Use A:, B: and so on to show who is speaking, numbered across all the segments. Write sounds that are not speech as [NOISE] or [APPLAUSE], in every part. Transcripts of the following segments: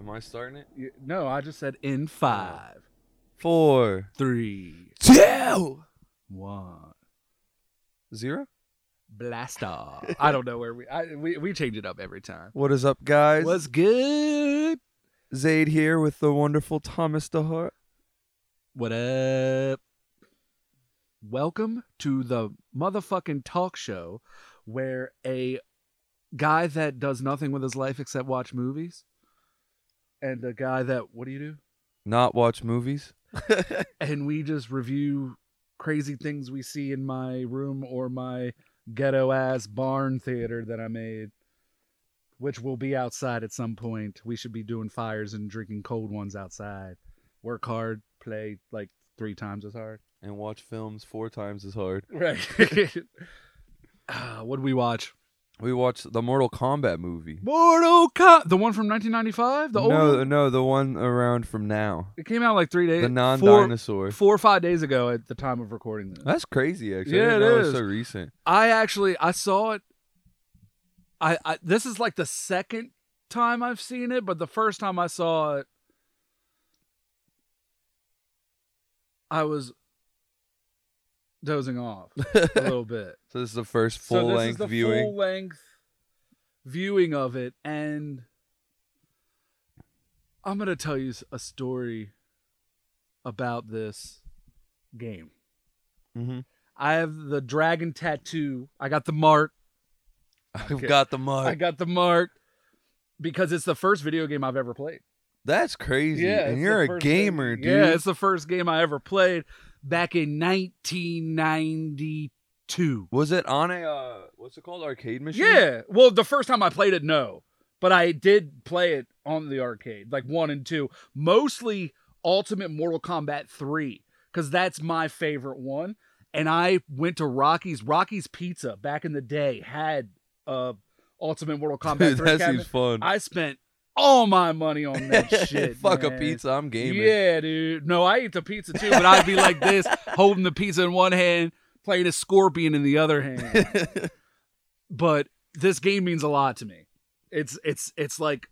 A: Am I starting it?
B: You- No, I just said in five,
A: Four,
B: three,
A: two,
B: one.
A: zero.
B: Blast off. I don't know where we, I, we we change it up every time.
A: What is up, guys?
B: What's good?
A: Zaid here with the wonderful Thomas DeHart.
B: What up? Welcome to the motherfucking talk show where a guy that does nothing with his life except watch movies and a guy that, what do you do?
A: Not watch movies.
B: and we just review crazy things we see in my room or my ghetto ass barn theater that I made, which will be outside at some point. We should be doing fires and drinking cold ones outside. Work hard, play like three times as hard.
A: And watch films four times as hard.
B: [LAUGHS] Right. what did Uh, we watch?
A: We watched the Mortal Kombat movie.
B: Mortal Kombat, the one from 1995, the old
A: no,
B: one.
A: no, the one around from now.
B: It came out like three days,
A: The non
B: four,
A: dinosaur.
B: four or five days ago at the time of recording this.
A: That's crazy, actually.
B: Yeah,
A: I didn't
B: it
A: know was
B: is.
A: so recent.
B: I actually I saw it. I, I this is like the second time I've seen it, but the first time I saw it, I was dozing off a little bit.
A: So this is the first
B: so
A: full
B: this is
A: length
B: the
A: viewing.
B: full length viewing of it, and I'm gonna tell you s- a story about this game.
A: Mhm.
B: I have the dragon tattoo. I got the mark.
A: I've
B: Okay.
A: got the
B: I
A: mug.
B: got the mark because it's the first video game I've ever played.
A: That's crazy. and
B: it's
A: you're
B: the
A: a
B: first thing-
A: gamer, dude.
B: Yeah, it's the first game I ever played back in 1992.
A: Was it on a uh, what's it called arcade machine?
B: Yeah, well, the first time I played it, no, but I did play it on the arcade, like one and two, mostly Ultimate Mortal Kombat three, because that's my favorite one. And I went to Rocky's. Rocky's Pizza back in the day had uh Ultimate Mortal Kombat
A: Dude,
B: three.
A: [LAUGHS] that
B: cabinet.
A: seems fun.
B: I spent all my money on
A: [LAUGHS]
B: that shit.
A: Fuck a
B: man.
A: pizza, I'm gaming.
B: Yeah, dude. No, I ate the pizza too, but I'd be like
A: [LAUGHS]
B: this, holding the pizza in one hand, playing a scorpion in the other hand.
A: [LAUGHS]
B: but this game means a lot to me. It's it's it's like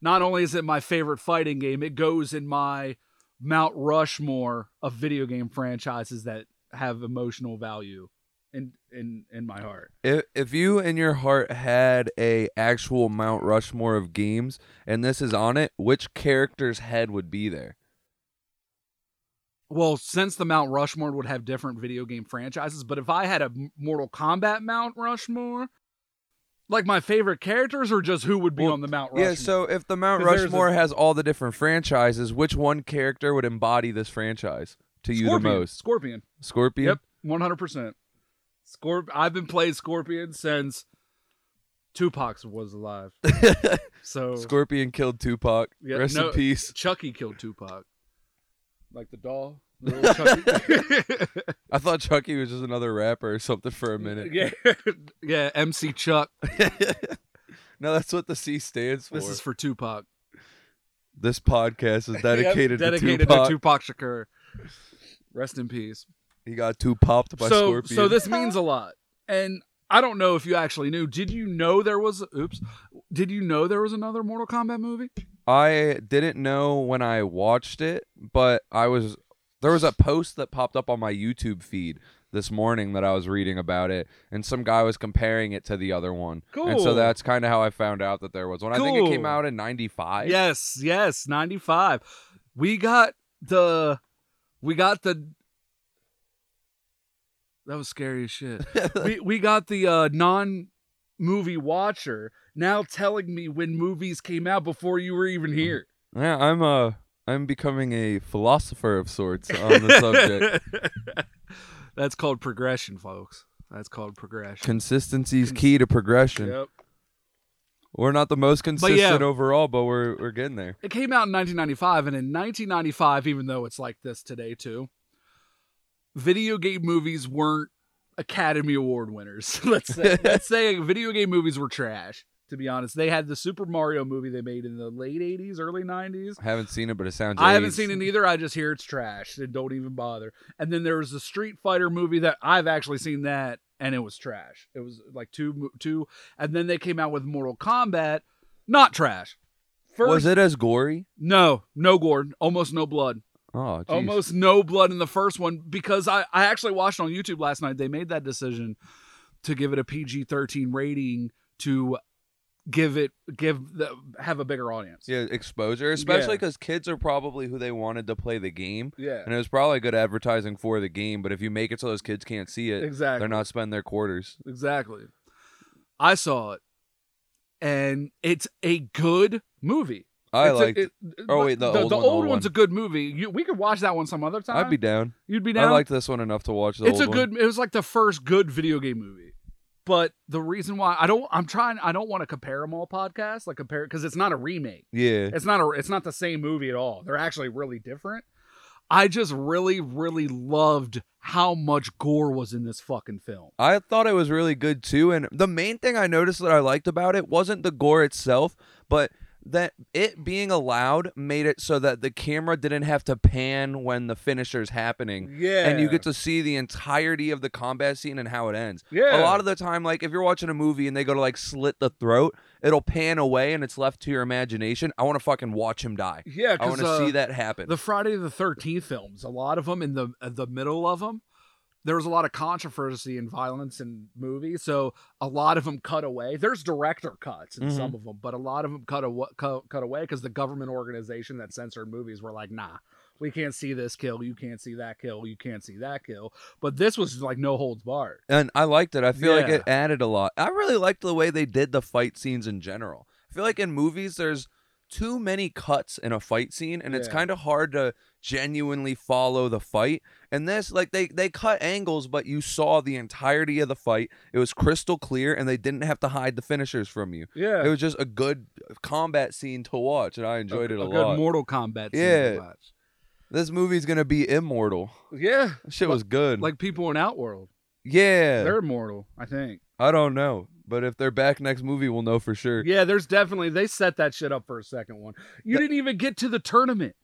B: not only is it my favorite fighting game, it goes in my Mount Rushmore of video game franchises that have emotional value in in in my heart.
A: If, if you in your heart had a actual Mount Rushmore of games and this is on it, which character's head would be there?
B: Well, since the Mount Rushmore would have different video game franchises, but if I had a M- Mortal Kombat Mount Rushmore, like my favorite characters or just who would be
A: Well,
B: on the Mount Rushmore?
A: Yeah, so if the Mount
B: 'Cause there's a-
A: Rushmore has all the different franchises, which one character would embody this franchise to you
B: Scorpion,
A: the most?
B: Scorpion.
A: Scorpion.
B: Yep, 100%. Scorp- I've been playing Scorpion since Tupac was
A: [LAUGHS]
B: alive. so
A: Scorpion killed Tupac.
B: Yeah,
A: Rest
B: no-
A: in peace.
B: Chucky killed Tupac. Like the doll.
A: [LAUGHS]
B: Little Chucky.
A: I thought Chucky was just another rapper or something for a
B: [LAUGHS]
A: minute.
B: yeah. yeah, MC Chuck.
A: No, that's what the C stands for.
B: This is for Tupac.
A: This podcast
B: [LAUGHS]
A: is dedicated,
B: dedicated
A: to Tupac.
B: to Tupac Shakur. Rest in peace.
A: he got two popped by
B: so,
A: Scorpion.
B: so this means a lot. And I don't know if you actually knew. Did you know there was? Oops. Did you know there was another Mortal Kombat movie?
A: I didn't know when I watched it, but I was there was a post that popped up on my YouTube feed this morning that I was reading about it, and some guy was comparing it to the other one. And so
B: Cool.
A: that's kind of how I found out that there was one. I think it came
B: Cool.
A: out in '95.
B: yes. Yes. Ninety five. We got the. We got the. That was scary as shit.
A: [LAUGHS]
B: we we got the uh, non movie watcher now telling me when movies came out before you were even here.
A: Yeah, I'm uh I'm becoming a philosopher of sorts on the
B: [LAUGHS]
A: subject.
B: That's called progression, folks. That's called progression.
A: Consistency is key to progression.
B: Yep.
A: We're not the most
B: But yeah.
A: consistent overall, but we're we're getting there.
B: It came out in 1995, and in 1995, even though it's like this today too, video game movies weren't Academy Award winners. [LAUGHS] let's
A: [LAUGHS]
B: say let's say video game movies were trash. To be honest, they had the Super Mario movie they made in the late 80s, early 90s.
A: I haven't seen it, but it sounds.
B: I haven't
A: aged.
B: seen it either. I just hear it's trash. and don't even bother. And then there was the Street Fighter movie that I've actually seen that, and it was trash. It was like two, mo- two. And then they came out with Mortal Kombat, not trash. first
A: Was it as gory?
B: no, no gore, almost no blood.
A: Oh, jeez.
B: almost no blood in the first one because I, I actually watched on YouTube last night. They made that decision to give it a PG thirteen rating to give it give the, have a bigger audience.
A: Yeah, exposure, especially because kids are probably who they wanted to play the game,
B: Yeah,
A: and it was probably good advertising for the game. But if you make it so those kids can't see it,
B: exactly.
A: they're not spending their quarters.
B: Exactly. I saw it, and it's a good movie. It's
A: I
B: a-
A: liked.
B: it-
A: oh, wait, the old
B: the
A: one, the
B: old
A: old
B: one's
A: one.
B: a good movie. You, we could watch that one some other time.
A: I'd be down.
B: You'd be down.
A: I liked this one enough to watch the
B: it's
A: old
B: a
A: one.
B: good. It was like the first good video game movie. But the reason why I don't, I'm trying, I don't want to compare them all podcasts, like compare because it's not a
A: [LAUGHS]
B: remake.
A: Yeah,
B: It's not a it's not the same movie at all. They're actually really different. I just really really loved how much gore was in this fucking film.
A: I thought it was really good too. And the main thing I noticed that I liked about it wasn't the gore itself, but that it being allowed made it so that the camera didn't have to pan when the finisher's happening.
B: Yeah.
A: And you get to see the entirety of the combat scene and how it ends.
B: yeah.
A: A lot of the time, like if you're watching a movie and they go to like slit the throat, it'll pan away and it's left to your imagination. I want to fucking watch him die.
B: Yeah, uh,
A: I want to see that happen.
B: The Friday the 13th films, a lot of them in the uh, the middle of them, there was a lot of controversy and violence in movies, so a lot of them cut away. There's director cuts in
A: Mhm.
B: some of them, but a lot of them cut awa- cut, cut away because the government organization that censored movies were like, nah. We can't see this kill. You can't see that kill. You can't see that kill. But this was like no holds barred.
A: and I liked it. I feel like
B: Yeah.
A: it added a lot. I really liked the way they did the fight scenes in general. I feel like in movies there's too many cuts in a fight scene and it's
B: Yeah.
A: kind of hard to genuinely follow the fight. And this like they they cut angles but you saw the entirety of the fight. It was crystal clear and they didn't have to hide the finishers from you.
B: Yeah,
A: It was just a good combat scene to watch and I enjoyed it a,
B: good
A: lot.
B: Mortal Kombat. scene
A: Yeah.
B: to watch.
A: this movie's going to be immortal.
B: yeah.
A: Shit was good.
B: Like people in Outworld,
A: yeah.
B: they're immortal. I think.
A: I don't know, but if they're back next movie we'll know for sure.
B: Yeah, there's definitely they set that shit up for a second one. You
A: Th-
B: didn't even get to the tournament.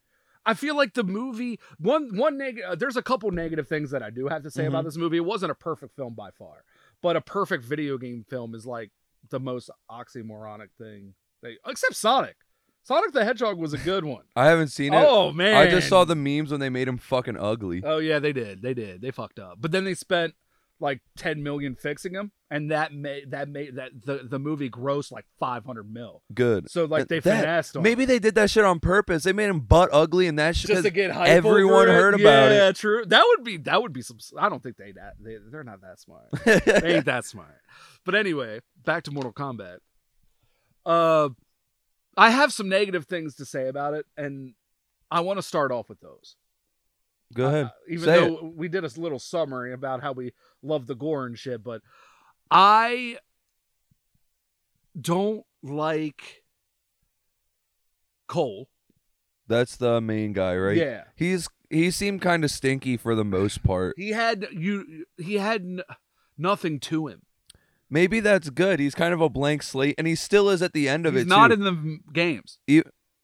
B: I feel like the movie one one negative. Uh, there's a couple negative things that I do have to say
A: Mm-hmm.
B: about this movie. It wasn't a perfect film by far, but a perfect video game film is like the most oxymoronic thing. They except Sonic. Sonic the Hedgehog was a
A: [LAUGHS]
B: good one.
A: I haven't seen it.
B: oh man,
A: I just saw the memes when they made him fucking ugly.
B: Oh yeah, they did. They did. They fucked up. But then they spent like 10 million fixing him, and that made that made that the the movie grossed like 500 mil.
A: Good.
B: So like they
A: That-
B: finessed him.
A: Maybe they did that shit on purpose. They made him butt ugly and that shit.
B: just to
A: 'cause
B: get hype.
A: everyone
B: over it.
A: heard about it.
B: Yeah, true. That would be that would be some. I don't think they that they, they're not that
A: [LAUGHS]
B: smart. they ain't that smart. But anyway, back to Mortal Kombat. Uh, I have some negative things to say about it, and I want to start off with those.
A: Go ahead.
B: Uh, even
A: Say
B: though we did a little summary about how we love the gore and shit, but I don't like Cole.
A: That's the main guy, right?
B: Yeah.
A: He's he seemed kind of stinky for the most part.
B: He had you. He had n- nothing to him.
A: Maybe that's good. He's kind of a blank slate, and he still is at the end of
B: He's
A: it.
B: not
A: too.
B: in the m- games.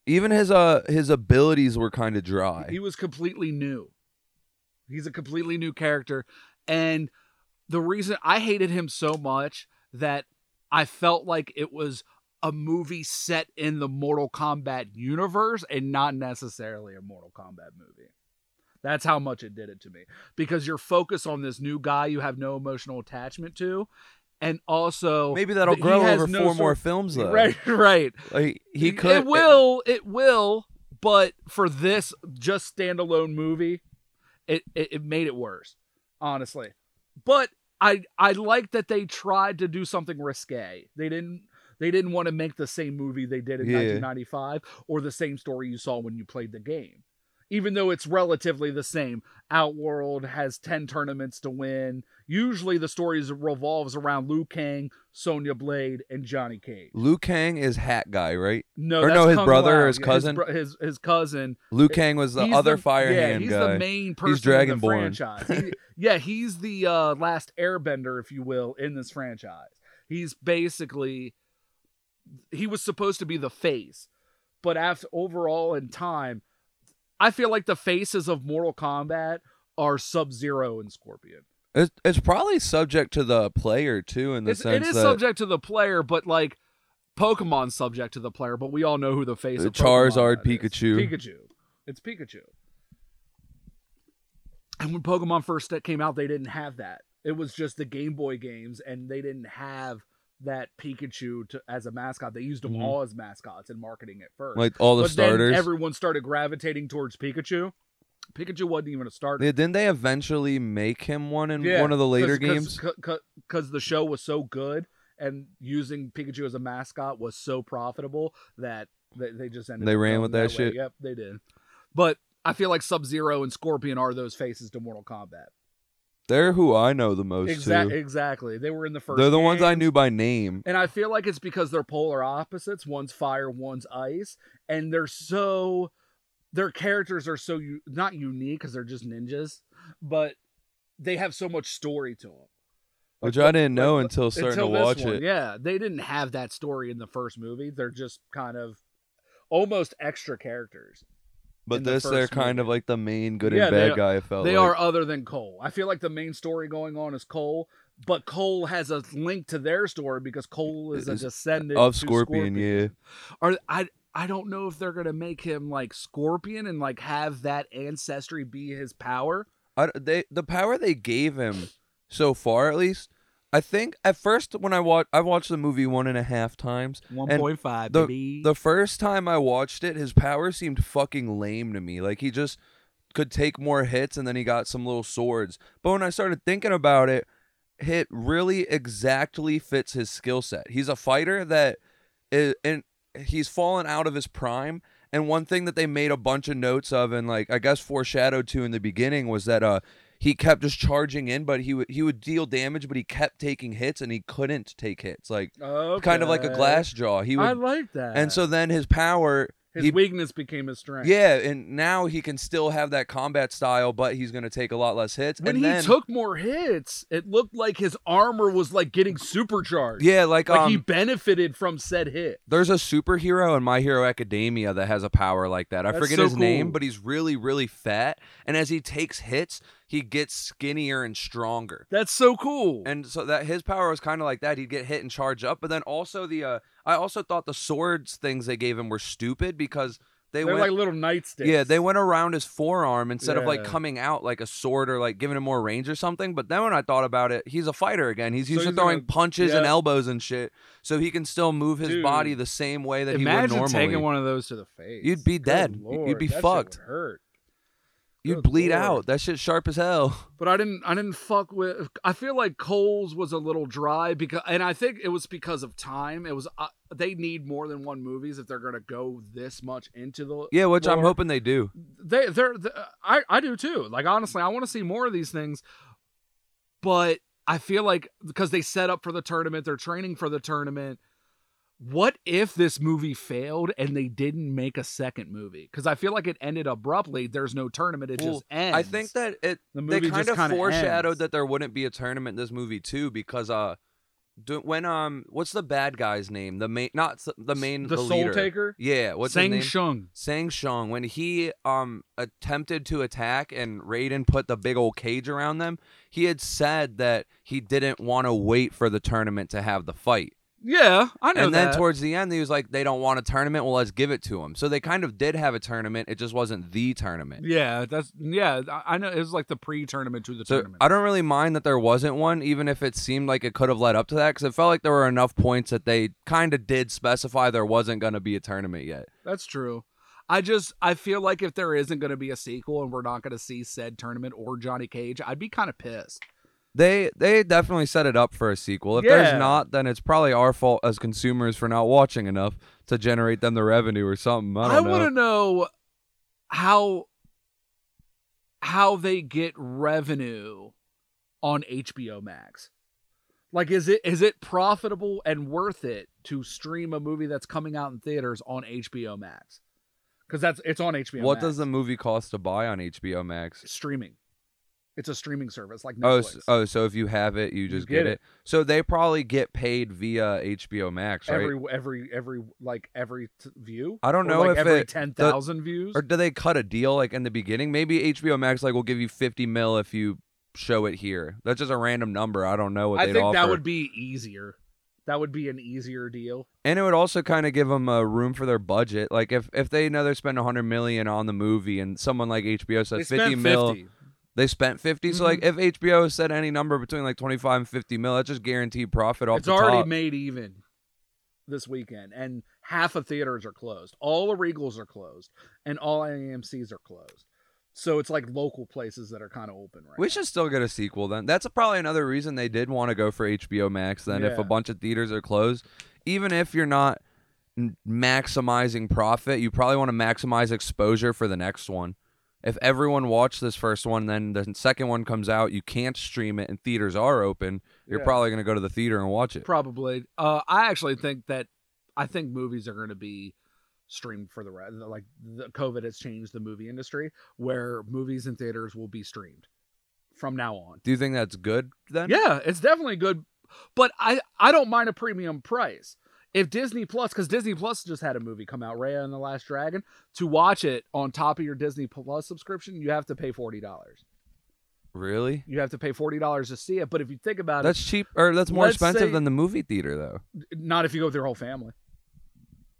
A: Even his uh his abilities were kind of dry.
B: He was completely new. He's a completely new character, and the reason I hated him so much that I felt like it was a movie set in the Mortal Kombat universe and not necessarily a Mortal Kombat movie. That's how much it did it to me because you're focused on this new guy you have no emotional attachment to, and also
A: Maybe uh, that'll
B: he
A: grow
B: has
A: over
B: no
A: four
B: sort-
A: more films
B: [LAUGHS]
A: though.
B: right, right.
A: Like, he
B: It-
A: could.
B: It will. It will. But for this just standalone movie, it it, it made it worse, honestly. But I I like that they tried to do something risque. They didn't. They didn't want to make the same movie they did in
A: Yeah.
B: 1995 or the same story you saw when you played the game. Even though it's relatively the same, Outworld has 10 tournaments to win. Usually the stories revolves around Liu Kang, Sonya Blade, and Johnny Cage.
A: Liu Kang is hat guy, right?
B: No,
A: Or
B: that's
A: no, his
B: Kung
A: brother or
B: Lao.
A: his
B: Yeah,
A: cousin?
B: bro- His, his cousin.
A: Liu Kang was the
B: He's
A: other fire
B: yeah,
A: hand
B: he's
A: guy.
B: the main person. in the
A: Dragonborn.
B: franchise. He- [LAUGHS] yeah, he's the uh, last Airbender, if you will, in this franchise. He's basically he was supposed to be the face, but after overall in time, I feel like the faces of Mortal Kombat are Sub Zero and Scorpion.
A: It's, it's probably subject to the player too, in the
B: It's,
A: sense
B: it is
A: that
B: subject to the player, but like Pokemon subject to the player, but we all know who the face of Pokemon
A: Uh, Charizard,
B: that is.
A: Pikachu.
B: Pikachu. It's Pikachu. And when Pokemon first came out, they didn't have that. It was just the Game Boy games, and they didn't have that Pikachu to, as a mascot. They used them
A: Mhm.
B: all as mascots in marketing at first.
A: Like all the
B: but
A: starters.
B: then everyone started gravitating towards Pikachu. Pikachu wasn't even a starter.
A: Yeah, didn't they eventually make him one in
B: Yeah,
A: one of the later games?
B: because the show was so good and using Pikachu as a mascot was so profitable that they, they just ended.
A: They
B: up
A: ran
B: going
A: with that
B: way.
A: shit.
B: Yep, they did. But I feel like Sub Zero and Scorpion are those faces to Mortal Kombat.
A: They're who I know the most.
B: Exactly,
A: too.
B: exactly. They were in the first.
A: They're the ones I
B: games.
A: knew by name.
B: And I feel like it's because they're polar opposites. One's fire, one's ice, and they're so their characters are so u- not unique because they're just ninjas, but they have so much story to them.
A: Which I didn't know
B: like,
A: until starting
B: until
A: to
B: this
A: watch
B: one.
A: it.
B: Yeah, they didn't have that story in the first movie. They're just kind of almost extra characters. in
A: But
B: the
A: this, they're
B: first
A: kind of
B: movie.
A: like the main good
B: Yeah,
A: and
B: they
A: bad
B: are-
A: guy. I felt
B: they
A: like.
B: are other than Cole. I feel like the main story going on is Cole, but Cole has a link to their story because Cole is a
A: Is-
B: descendant
A: of
B: to
A: Scorpion. Yeah,
B: Are I I don't know if they're gonna make him like Scorpion and like have that ancestry be his power.
A: I, they the power they gave him so far, at least. I think at first when I watch, I watched the movie one and a half times.
B: One point five,
A: the-
B: baby.
A: The first time I watched it, his power seemed fucking lame to me. Like he just could take more hits and then he got some little swords. But when I started thinking about it, hit really exactly fits his skill set. He's a fighter that is and he's fallen out of his prime. And one thing that they made a bunch of notes of and like I guess foreshadowed to in the beginning was that uh he kept just charging in, but he would he would deal damage, but he kept taking hits and he couldn't take hits. Like kind of like a
B: Okay.
A: glass jaw. He would
B: I like that.
A: and so then his power,
B: his
A: he-
B: weakness became his strength.
A: yeah, and now he can still have that combat style, but he's gonna take a lot less hits.
B: when
A: and
B: he
A: then,
B: took more hits, it looked like his armor was like getting supercharged.
A: yeah, like,
B: like
A: um,
B: he benefited from said hit.
A: there's a superhero in My Hero Academia that has a power like that. I
B: That's
A: forget
B: so
A: his name,
B: cool.
A: but he's really, really fat, and as he takes hits, he gets skinnier and stronger.
B: That's so cool.
A: And so that his power was kind of like that. He'd get hit and charge up, but then also the uh, I also thought the swords things they gave him were stupid because they
B: they are
A: went
B: like little nightsticks.
A: Yeah, they went around his forearm instead of like
B: Yeah.
A: coming out like a sword or like giving him more range or something. But then when I thought about it, he's a fighter again. He's
B: So
A: used to
B: he's
A: throwing
B: gonna-
A: punches and
B: yeah.
A: elbows and shit, so he can still move his
B: Dude,
A: body the same way that
B: Imagine
A: he would normally.
B: taking one of those to the face.
A: You'd be
B: Good
A: dead. You'd be
B: that shit
A: fucked.
B: would hurt.
A: You'd
B: Good
A: bleed
B: lord.
A: out. That shit sharp as hell. [LAUGHS]
B: But I didn't. I didn't fuck with. I feel like Cole's was a little dry because, and I think it was because of time. It was. Uh, they need more than one movies if they're gonna go this much into the
A: Yeah, which I'm
B: Lord.
A: hoping they do.
B: they they're, th- I I do too. Like honestly, I want to see more of these things, but I feel like because they set up for the tournament, they're training for the tournament. What if this movie failed and they didn't make a second movie? Because I feel like it ended abruptly. There's no tournament. It
A: Well,
B: just ends.
A: I think that it
B: the
A: they
B: movie
A: kind
B: just
A: of
B: kinda
A: foreshadowed
B: ends.
A: that there wouldn't be a tournament in this movie too because uh. do- When um, what's the bad guy's name? The main, not s- the main,
B: the,
A: the,
B: Soul
A: leader.
B: Taker,
A: Yeah, what's his
B: Sang
A: name?
B: Shung.
A: Sang Shung, when he um attempted to attack and Raiden put the big old cage around them, he had said that he didn't want to wait for the tournament to have the fight.
B: Yeah, I know
A: And then
B: that.
A: towards the end, he was like, "They don't want a tournament. Well, let's give it to them." So they kind of did have a tournament. It just wasn't the tournament.
B: yeah, that's yeah. I- I know it was like the pre-tournament to the
A: So
B: tournament.
A: I don't really mind that there wasn't one, even if it seemed like it could have led up to that, because it felt like there were enough points that they kind of did specify there wasn't going to be a tournament yet.
B: That's true. I just I feel like if there isn't going to be a sequel and we're not going to see said tournament or Johnny Cage, I'd be kind of pissed.
A: They they definitely set it up for a sequel. If
B: Yeah.
A: there's not, then it's probably our fault as consumers for not watching enough to generate them the revenue or something. I
B: I,
A: don't
B: want to
A: know.
B: know how how they get revenue on HBO Max. Like is it is it profitable and worth it to stream a movie that's coming out in theaters on HBO Max? Cuz that's it's on HBO
A: What
B: Max.
A: does the movie cost to buy on HBO Max?
B: streaming? It's a streaming service like
A: Oh,
B: Netflix.
A: s oh, so if you have it, you just
B: get
A: get, it.
B: it.
A: So they probably get paid via HBO Max, right?
B: every every every like every t- view.
A: I don't
B: Or,
A: know
B: like
A: if
B: every
A: it-
B: ten thousand views.
A: or do they cut a deal like in the beginning? Maybe HBO Max like will give you fifty mil if you show it here. That's just a random number. I don't know what
B: I
A: they'd
B: think
A: offer.
B: that would be easier. That would be an easier deal.
A: and it would also kind of give them a room for their budget. Like if if they know they're spending 100 million on the movie, and someone like HBO said
B: They
A: 50
B: spent Mm-hmm.
A: mil,
B: 50.
A: they spent 50. So like if HBO said any number between like 25 and 50 mil, that's just guaranteed profit off
B: It's
A: the
B: already
A: top.
B: made even this weekend, and half of theaters are closed. All the Regals are closed, and all AMC's are closed. So it's like local places that are kind of open right
A: we should still get a sequel then. That's probably another reason they did want to go for HBO Max then. If
B: Yeah.
A: a bunch of theaters are closed, even if you're not n- maximizing profit, you probably want to maximize exposure for the next one. If everyone watched this first one, then the second one comes out, you can't stream it, and theaters are open. You're
B: Yeah.
A: probably going to go to the theater and watch it.
B: Probably. Uh, I actually think that I think movies are going to be streamed for the rest. Like the COVID has changed the movie industry, where movies and theaters will be streamed from now on.
A: Do you think that's good then?
B: Yeah, it's definitely good, but I I don't mind a premium price. If Disney Plus, because Disney Plus just had a movie come out, Raya and the Last Dragon, to watch it on top of your Disney Plus subscription, you have to pay forty dollars.
A: Really?
B: You have to pay forty dollars to see it. But if you think about
A: That's cheap, or that's more
B: Let's
A: expensive
B: say-
A: than the movie theater, though.
B: it, not if you go with your whole family.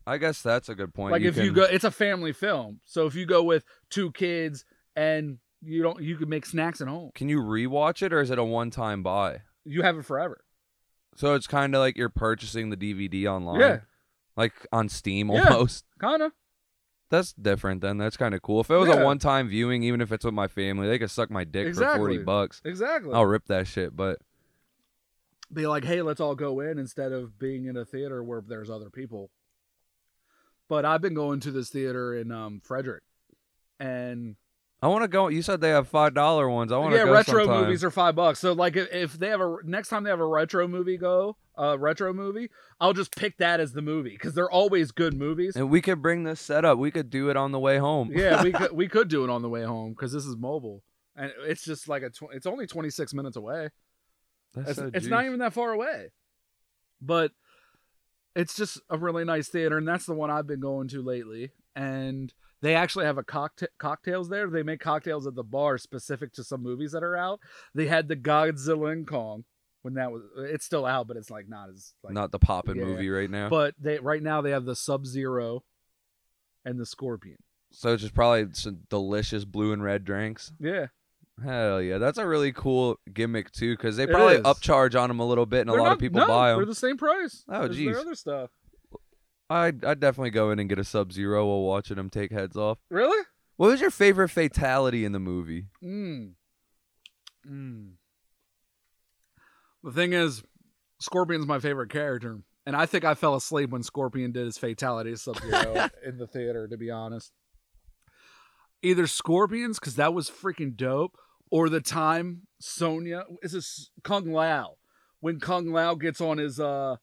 A: I guess that's a good point.
B: like if you
A: can-
B: go it's a family film so if you go with two kids and you don't you can make snacks at home
A: can you rewatch it, or is it a one-time buy?
B: you have it forever
A: So it's kind of like you're purchasing the DVD online,
B: yeah
A: like on Steam
B: Yeah.
A: almost. [LAUGHS]
B: kind of
A: That's different. Then that's kind of cool. If it was
B: Yeah.
A: a one-time viewing, even if it's with my family, they could suck my dick for forty
B: Exactly.
A: bucks.
B: exactly
A: I'll rip that shit. But
B: be like hey let's all go in instead of being in a theater where there's other people but i've been going to this theater in um frederick and
A: I want to go. You said they have five dollar ones. I want to
B: yeah
A: go
B: retro
A: sometime.
B: movies are five bucks so like if, if they have a next time they have a retro movie go uh retro movie i'll just pick that as the movie because they're always good movies
A: and we could bring this set up. We could do it on the way home.
B: yeah,
A: [LAUGHS]
B: we could, we could do it on the way home because this is mobile, and it's just like a tw- it's only 26 minutes away.
A: That's
B: It's,
A: so
B: it's not
A: juice.
B: even that far away, but it's just a really nice theater, and that's the one I've been going to lately. And they actually have a cocktail cocktails there. They make cocktails at the bar specific to some movies that are out. They had the Godzilla and Kong when that was it's still out, but it's like not as like
A: not the poppin'
B: Yeah.
A: movie right now.
B: but they right now they have the Sub Zero and the Scorpion.
A: so it's just probably some delicious blue and red drinks.
B: Yeah.
A: Hell yeah, that's a really cool gimmick too, because they
B: It
A: probably
B: is.
A: upcharge on them a little bit, and
B: They're
A: a lot
B: not-
A: of people
B: no,
A: buy them.
B: They're the same price.
A: Oh,
B: as their
A: jeez.
B: other stuff.
A: I'd, I'd definitely go in and get a Sub Zero while watching them take heads off.
B: Really?
A: What was your favorite fatality in the movie?
B: Mm. Mm. The thing is, Scorpion's my favorite character, and I think I fell asleep when Scorpion did his fatality Sub Zero in the theater. To be honest, either Scorpions because that was freaking dope, or the time Sonya is this Kung Lao when Kung Lao gets on his uh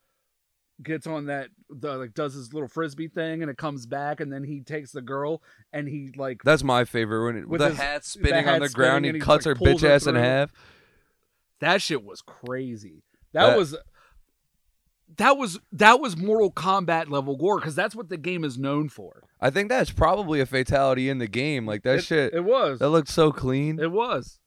B: gets on that the, like does his little frisbee thing and it comes back and then he takes the girl and he like
A: That's my favorite when it,
B: With
A: the
B: his-
A: hat
B: the
A: spinning on
B: hat
A: the
B: spinning
A: ground,
B: and
A: he
B: he,
A: cuts
B: like,
A: her
B: pulls
A: bitch
B: her
A: ass in
B: through.
A: half.
B: That shit was crazy. That,
A: That-
B: was that was that was Mortal Kombat level gore because that's what the game is known for.
A: I think that's probably a fatality in the game. Like that
B: it,
A: shit,
B: It was.
A: that looked so clean.
B: It was.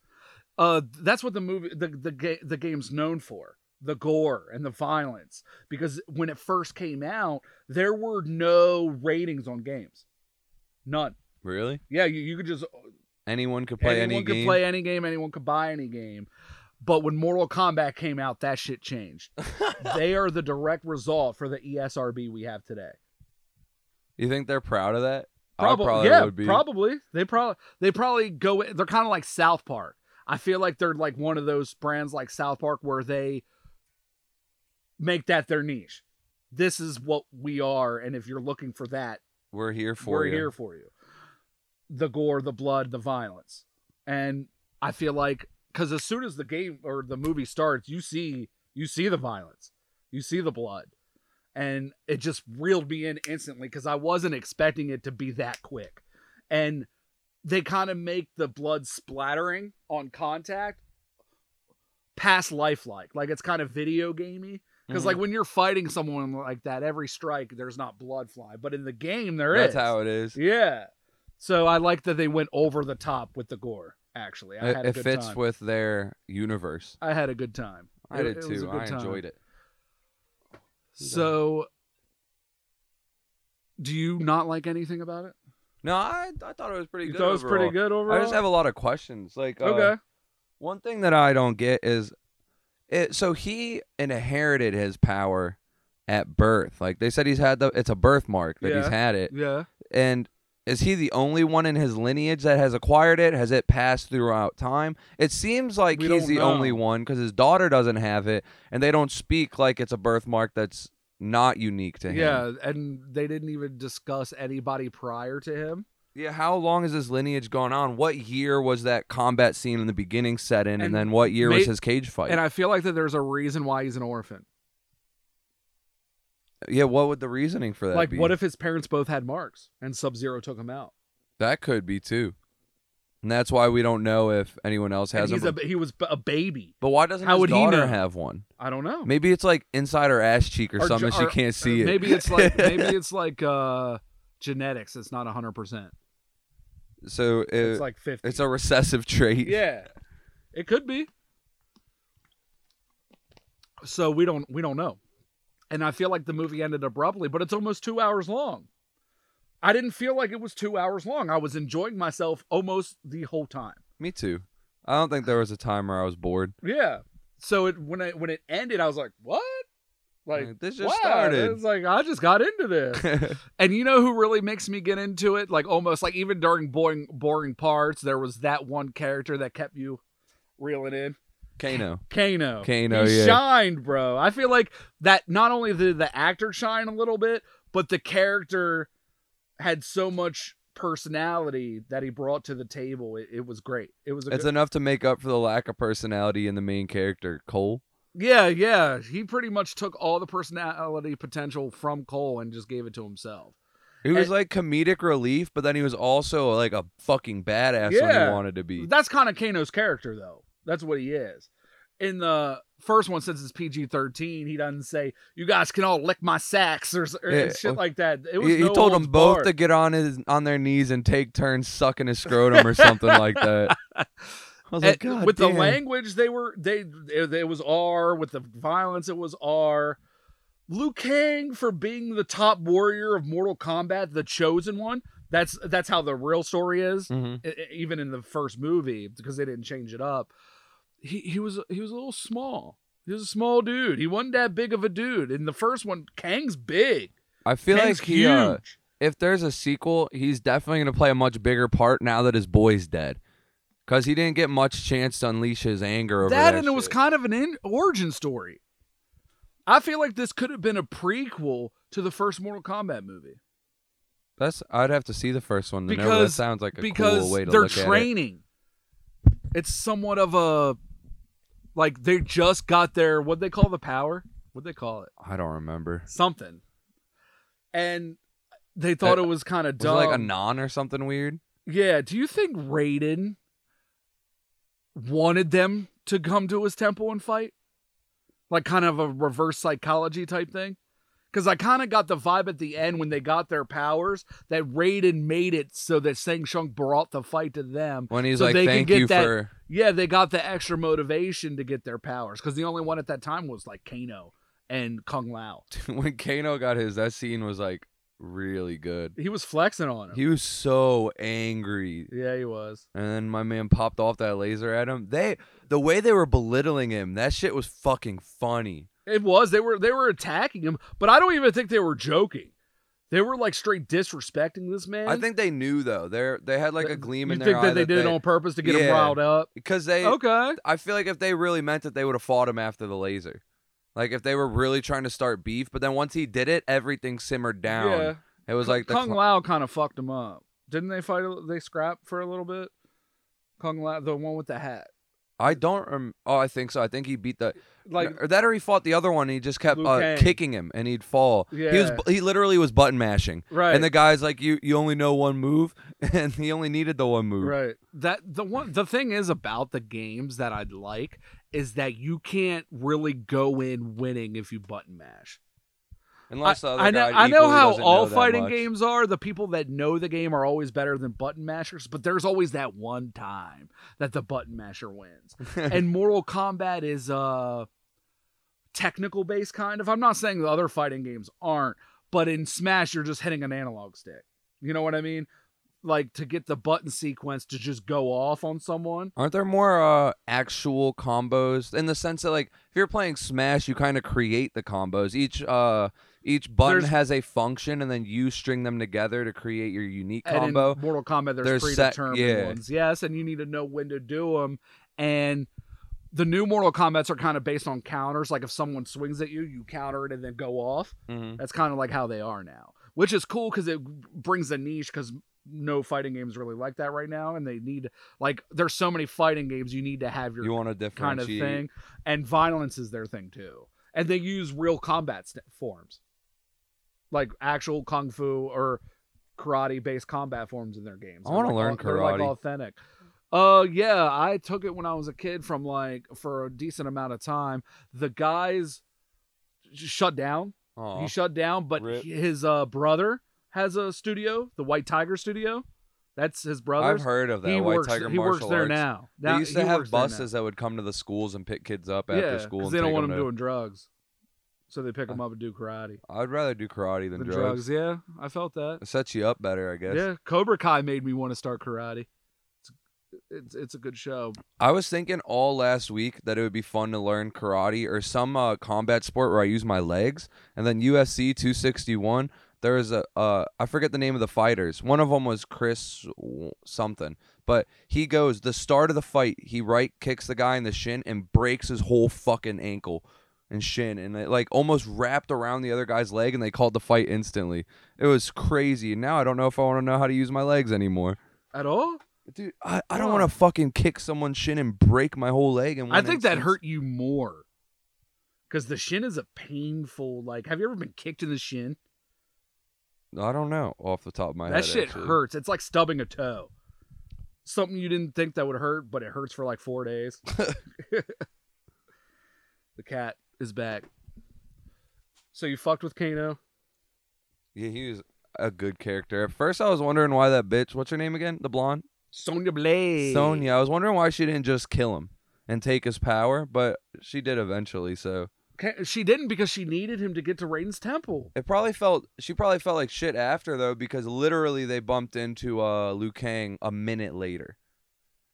B: Uh, that's what the movie, the the ga- the game's known for, the gore and the violence. Because when it first came out, there were no ratings on games, none.
A: really?
B: Yeah, you, you could just
A: Anyone could play
B: anyone
A: any
B: could
A: game.
B: play any game. Anyone could buy any game. But when Mortal Kombat came out, that shit
A: [LAUGHS]
B: changed. they are the direct result for the E ESRB we have today.
A: You think they're proud of that?
B: Probably,
A: I probably
B: yeah,
A: would be.
B: probably. They probably they probably go. They're kind of like South Park. I feel like they're like one of those brands like South Park where they make that their niche. This is what we are, and if you're looking for that,
A: We're here for
B: we're
A: you.
B: here for you. The gore, the blood, the violence, and I feel like because as soon as the game or the movie starts, you see you see the violence, you see the blood, and it just reeled me in instantly because I wasn't expecting it to be that quick, and they kind of make the blood splattering on contact past lifelike, like it's kind of video gamey. Because
A: Mhm.
B: like when you're fighting someone like that, every strike there's not blood flying, but in the game there is.
A: That's how it is.
B: Yeah. So I like that they went over the top with the gore. Actually, I had
A: It,
B: a
A: it
B: good
A: fits
B: time.
A: with their universe.
B: I had a good time.
A: I did too. I enjoyed it.
B: So Do you not like anything about it?
A: No, I, I thought it was pretty
B: You
A: good.
B: thought it was
A: overall.
B: pretty good overall.
A: I just have a lot of questions. Like, uh,
B: okay.
A: One thing that I don't get is it so he inherited his power at birth. Like they said he's had the it's a birthmark that he's
B: Yeah.
A: had it.
B: Yeah.
A: And is he the only one in his lineage that has acquired it? Has it passed throughout time? It seems like
B: We
A: he's
B: don't
A: the
B: know.
A: only one cuz his daughter doesn't have it and they don't speak like it's a birthmark that's not unique to him.
B: Yeah, and they didn't even discuss anybody prior to him.
A: Yeah, how long has this lineage gone on? What year was that combat scene in the beginning set in and,
B: And
A: then what year was
B: may-
A: his cage fight?
B: And I feel like that there's a reason why he's an orphan.
A: yeah, what would the reasoning for that
B: like,
A: be?
B: what if his parents both had marks and Sub Zero took him out?
A: That could be too. And that's why we don't know if anyone else
B: And
A: has
B: he's
A: them.
B: a, he was b- a baby.
A: but why doesn't
B: how
A: his
B: would he
A: daughter
B: know?
A: have one?
B: I don't know.
A: Maybe it's like inside her ass cheek or,
B: Or
A: something.
B: ge-
A: she
B: or- uh,
A: can't see it.
B: Maybe it's like
A: [LAUGHS]
B: maybe it's like uh, genetics. It's not hundred percent.
A: so. It,
B: It's
A: Uh, it's,
B: like fifty.
A: a recessive trait.
B: yeah, it could be. So we don't we don't know, and I feel like the movie ended abruptly, but it's almost two hours long. I didn't feel like it was two hours long. I was enjoying myself almost the whole time.
A: Me too. I don't think there was a time where I was bored.
B: Yeah. So it when it when it ended, I was like, what? Like
A: Like, this just
B: wow,
A: started.
B: It's like I just got into this. And you know who really makes me get into it? Like almost like even during boring boring parts, there was that one character that kept you reeling in.
A: [LAUGHS]
B: [LAUGHS]
A: Kano.
B: Kano.
A: Kano,
B: He
A: yeah.
B: shined, bro. I feel like that not only did the actor shine a little bit, but the character had so much personality that he brought to the table. It, it was great. It was a
A: It's
B: good-
A: enough to make up for the lack of personality in the main character, Cole.
B: Yeah, yeah. He pretty much took all the personality potential from Cole and just gave it to himself.
A: He was
B: And-
A: like comedic relief, but then he was also like a fucking badass when
B: Yeah.
A: he wanted to be.
B: That's kind of Kano's character, though. That's what he is. In the first one, since it's PG thirteen, he doesn't say "you guys can all lick my sacks" or, s- or
A: Yeah,
B: shit
A: well,
B: like that. It was
A: He, he
B: no
A: told them
B: holds
A: both
B: barred.
A: to get on his on their knees and take turns sucking his scrotum or something
B: [LAUGHS]
A: like that. I was like,
B: And
A: God
B: Eh, with
A: damn."
B: the language, they were they it, it was R. With the violence, it was R. Liu Kang for being the top warrior of Mortal Kombat, the chosen one. That's that's how the real story is.
A: Mhm.
B: e- e- even in the first movie because they didn't change it up. He he was he was a little small. He was a small dude. He wasn't that big of a dude. In the first one, Kang's big.
A: I feel
B: Kang's
A: like
B: huge.
A: he, uh, if there's a sequel, he's definitely gonna play a much bigger part now that his boy's dead, because he didn't get much chance to unleash his anger over
B: that,
A: that
B: and it was
A: shit.
B: kind of an in- origin story. I feel like this could have been a prequel to the first Mortal Kombat movie
A: That's I'd have to see the first one to know. but That
B: Because-
A: sounds like a
B: because
A: cool way to
B: they're
A: look at it.
B: training. It's somewhat of a like they just got their what they call the power. What they call it?
A: I don't remember.
B: something. And they thought
A: Uh,
B: it was kind of
A: Was it
B: dumb.
A: like a non or something weird?
B: yeah, do you think Raiden wanted them to come to his temple and fight? Like kind of a reverse psychology type thing? Because I kind of got the vibe at the end when they got their powers that Raiden made it so that Sang Shung brought the fight to them.
A: When he's
B: So
A: like,
B: they can
A: "Thank
B: get
A: you
B: that-
A: for." [LAUGHS]
B: Yeah, they got the extra motivation to get their powers because the only one at that time was like Kano and Kung Lao.
A: when Kano got his, that scene was like really good.
B: He was flexing on him.
A: He was so angry.
B: yeah, he was.
A: And then my man popped off that laser at him. They the way they were belittling him, that shit was fucking funny.
B: It was. They were they were attacking him, but I don't even think they were joking. They were like straight disrespecting this man.
A: I think they knew though. They they had like a gleam
B: you
A: in their
B: think
A: eye
B: that they did it on Oh. purpose to get
A: Yeah.
B: him riled up.
A: because they.
B: Okay.
A: I feel like if they really meant it, they would have fought him after the laser. Like if they were really trying to start beef, but then once he did it, everything simmered down.
B: Yeah.
A: It was like the
B: Kung
A: cl-
B: Lao kind of fucked him up. Didn't they fight? a- They scrapped for a little bit. Kung Lao, the one with the hat,
A: I don't. Rem- oh, I think so. I think he beat the
B: like
A: or that or he fought the other one. and He just kept
B: Liu
A: uh,
B: Kang.
A: kicking him, and he'd fall. He was
B: Yeah.
A: bu- he literally was button mashing.
B: right.
A: And the guy's like, "You you only know one move," [LAUGHS] and he only needed the one move.
B: Right. That the one the thing is about the games that I'd like is that you can't really go in winning if you button mash.
A: Unless the other
B: I know,
A: guy
B: I know
A: equally
B: how
A: doesn't
B: all
A: know that
B: fighting
A: much.
B: games are. The people that know the game are always better than button mashers, but there's always that one time that the button masher
A: [LAUGHS]
B: wins. and Mortal Kombat is uh technical based kind of. I'm not saying the other fighting games aren't, But in Smash, you're just hitting an analog stick. You know what I mean? Like to get the button sequence to just go off on someone.
A: Aren't there more uh, actual combos in the sense that, like, if you're playing Smash, you kind of create the combos. Each uh, each button
B: There's-
A: has a function, and then you string them together to create your unique
B: And in
A: combo.
B: Mortal Kombat, there's,
A: There's set-
B: predetermined
A: yeah.
B: ones. Yes, and you need to know when to do them. And the new Mortal Kombat's are kind of based on counters. Like if someone swings at you, you counter it and then go off.
A: Mhm.
B: That's kind of like how they are now, which is cool because it brings a niche because no fighting games really like that right now, and they need like there's so many fighting games you need to have your
A: You want to
B: kind of
A: differentiate.
B: thing, and violence is their thing too, and they use real combat st- forms, like actual kung fu or karate based combat forms in their games.
A: I wanna
B: They're,
A: learn
B: like, au- they're, like,
A: karate.
B: authentic. Uh yeah, I took it when I was a kid from like for a decent amount of time. The guys sh- shut down
A: Aw.
B: he shut down, but
A: Rip.
B: he- his uh, brother has a studio, the White Tiger Studio. That's his brother's.
A: I've heard of that.
B: he
A: White
B: works,
A: Tiger
B: he
A: martial
B: works there
A: arts.
B: now.
A: They
B: now
A: used
B: he
A: to have
B: works there now.
A: buses that would come to the schools and pick kids up after
B: yeah, 'cause
A: school. And
B: They don't
A: take
B: want him
A: them to-
B: doing drugs, so they pick him up and do karate.
A: I'd rather do karate than
B: The
A: drugs.
B: drugs, yeah, I felt that.
A: It sets you up better, I guess.
B: Yeah, Cobra Kai made me want to start karate. It's it's, it's a good show.
A: I was thinking all last week that it would be fun to learn karate or some uh, combat sport where I use my legs. And then USC 261, there was a uh, I forget the name of the fighters. One of them was Chris w- something, but he goes the start of the fight. He right kicks the guy in the shin and breaks his whole fucking ankle and shin, and it like almost wrapped around the other guy's leg, and they called the fight instantly. It was crazy. And now I don't know if I want to know how to use my legs anymore.
B: At all?
A: Dude, I, I don't
B: Huh.
A: want to fucking kick someone's shin and break my whole leg. And
B: I think that hurt you more. Because the shin is a painful, like, have you ever been kicked in the shin?
A: I don't know off the top of my
B: that
A: head.
B: shit
A: actually.
B: hurts. It's like stubbing a toe. Something you didn't think that would hurt, but it hurts for like four
A: [LAUGHS]
B: days. [LAUGHS] the cat is back. So you fucked with Kano?
A: Yeah, he was a good character. At first, I was wondering why that bitch. What's her name again? The blonde
B: Sonya Blade.
A: Sonya. I was wondering why she didn't just kill him and take his power, but she did eventually. So
B: Ka- She didn't because she needed him to get to Raiden's temple.
A: it probably felt she probably felt like shit after though because literally they bumped into uh Liu Kang a minute later,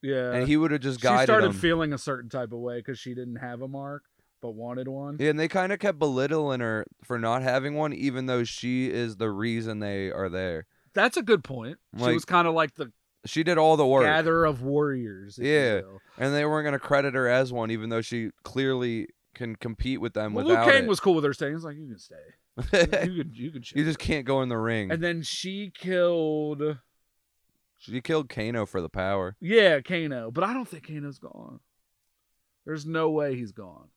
B: Yeah.
A: and he would have just
B: she
A: guided
B: started
A: him.
B: feeling a certain type of way because she didn't have a mark, but wanted one.
A: Yeah, and they kind of kept belittling her for not having one, even though she is the reason they are there.
B: That's a good point. she
A: Like-
B: was kind of like the
A: She did all the work,
B: gatherer of warriors. if you
A: Yeah.
B: will.
A: and they weren't going to credit her as one, even though she clearly can compete with them
B: Well, Liu
A: without
B: Kang
A: [LAUGHS] it.
B: was cool with her staying. He's like, you can stay. you could,
A: [LAUGHS]
B: you could.
A: you
B: chill.
A: just can't go in the ring.
B: And then she killed,
A: she killed Kano for the power.
B: yeah, Kano. But I don't think Kano's gone. There's no way he's gone.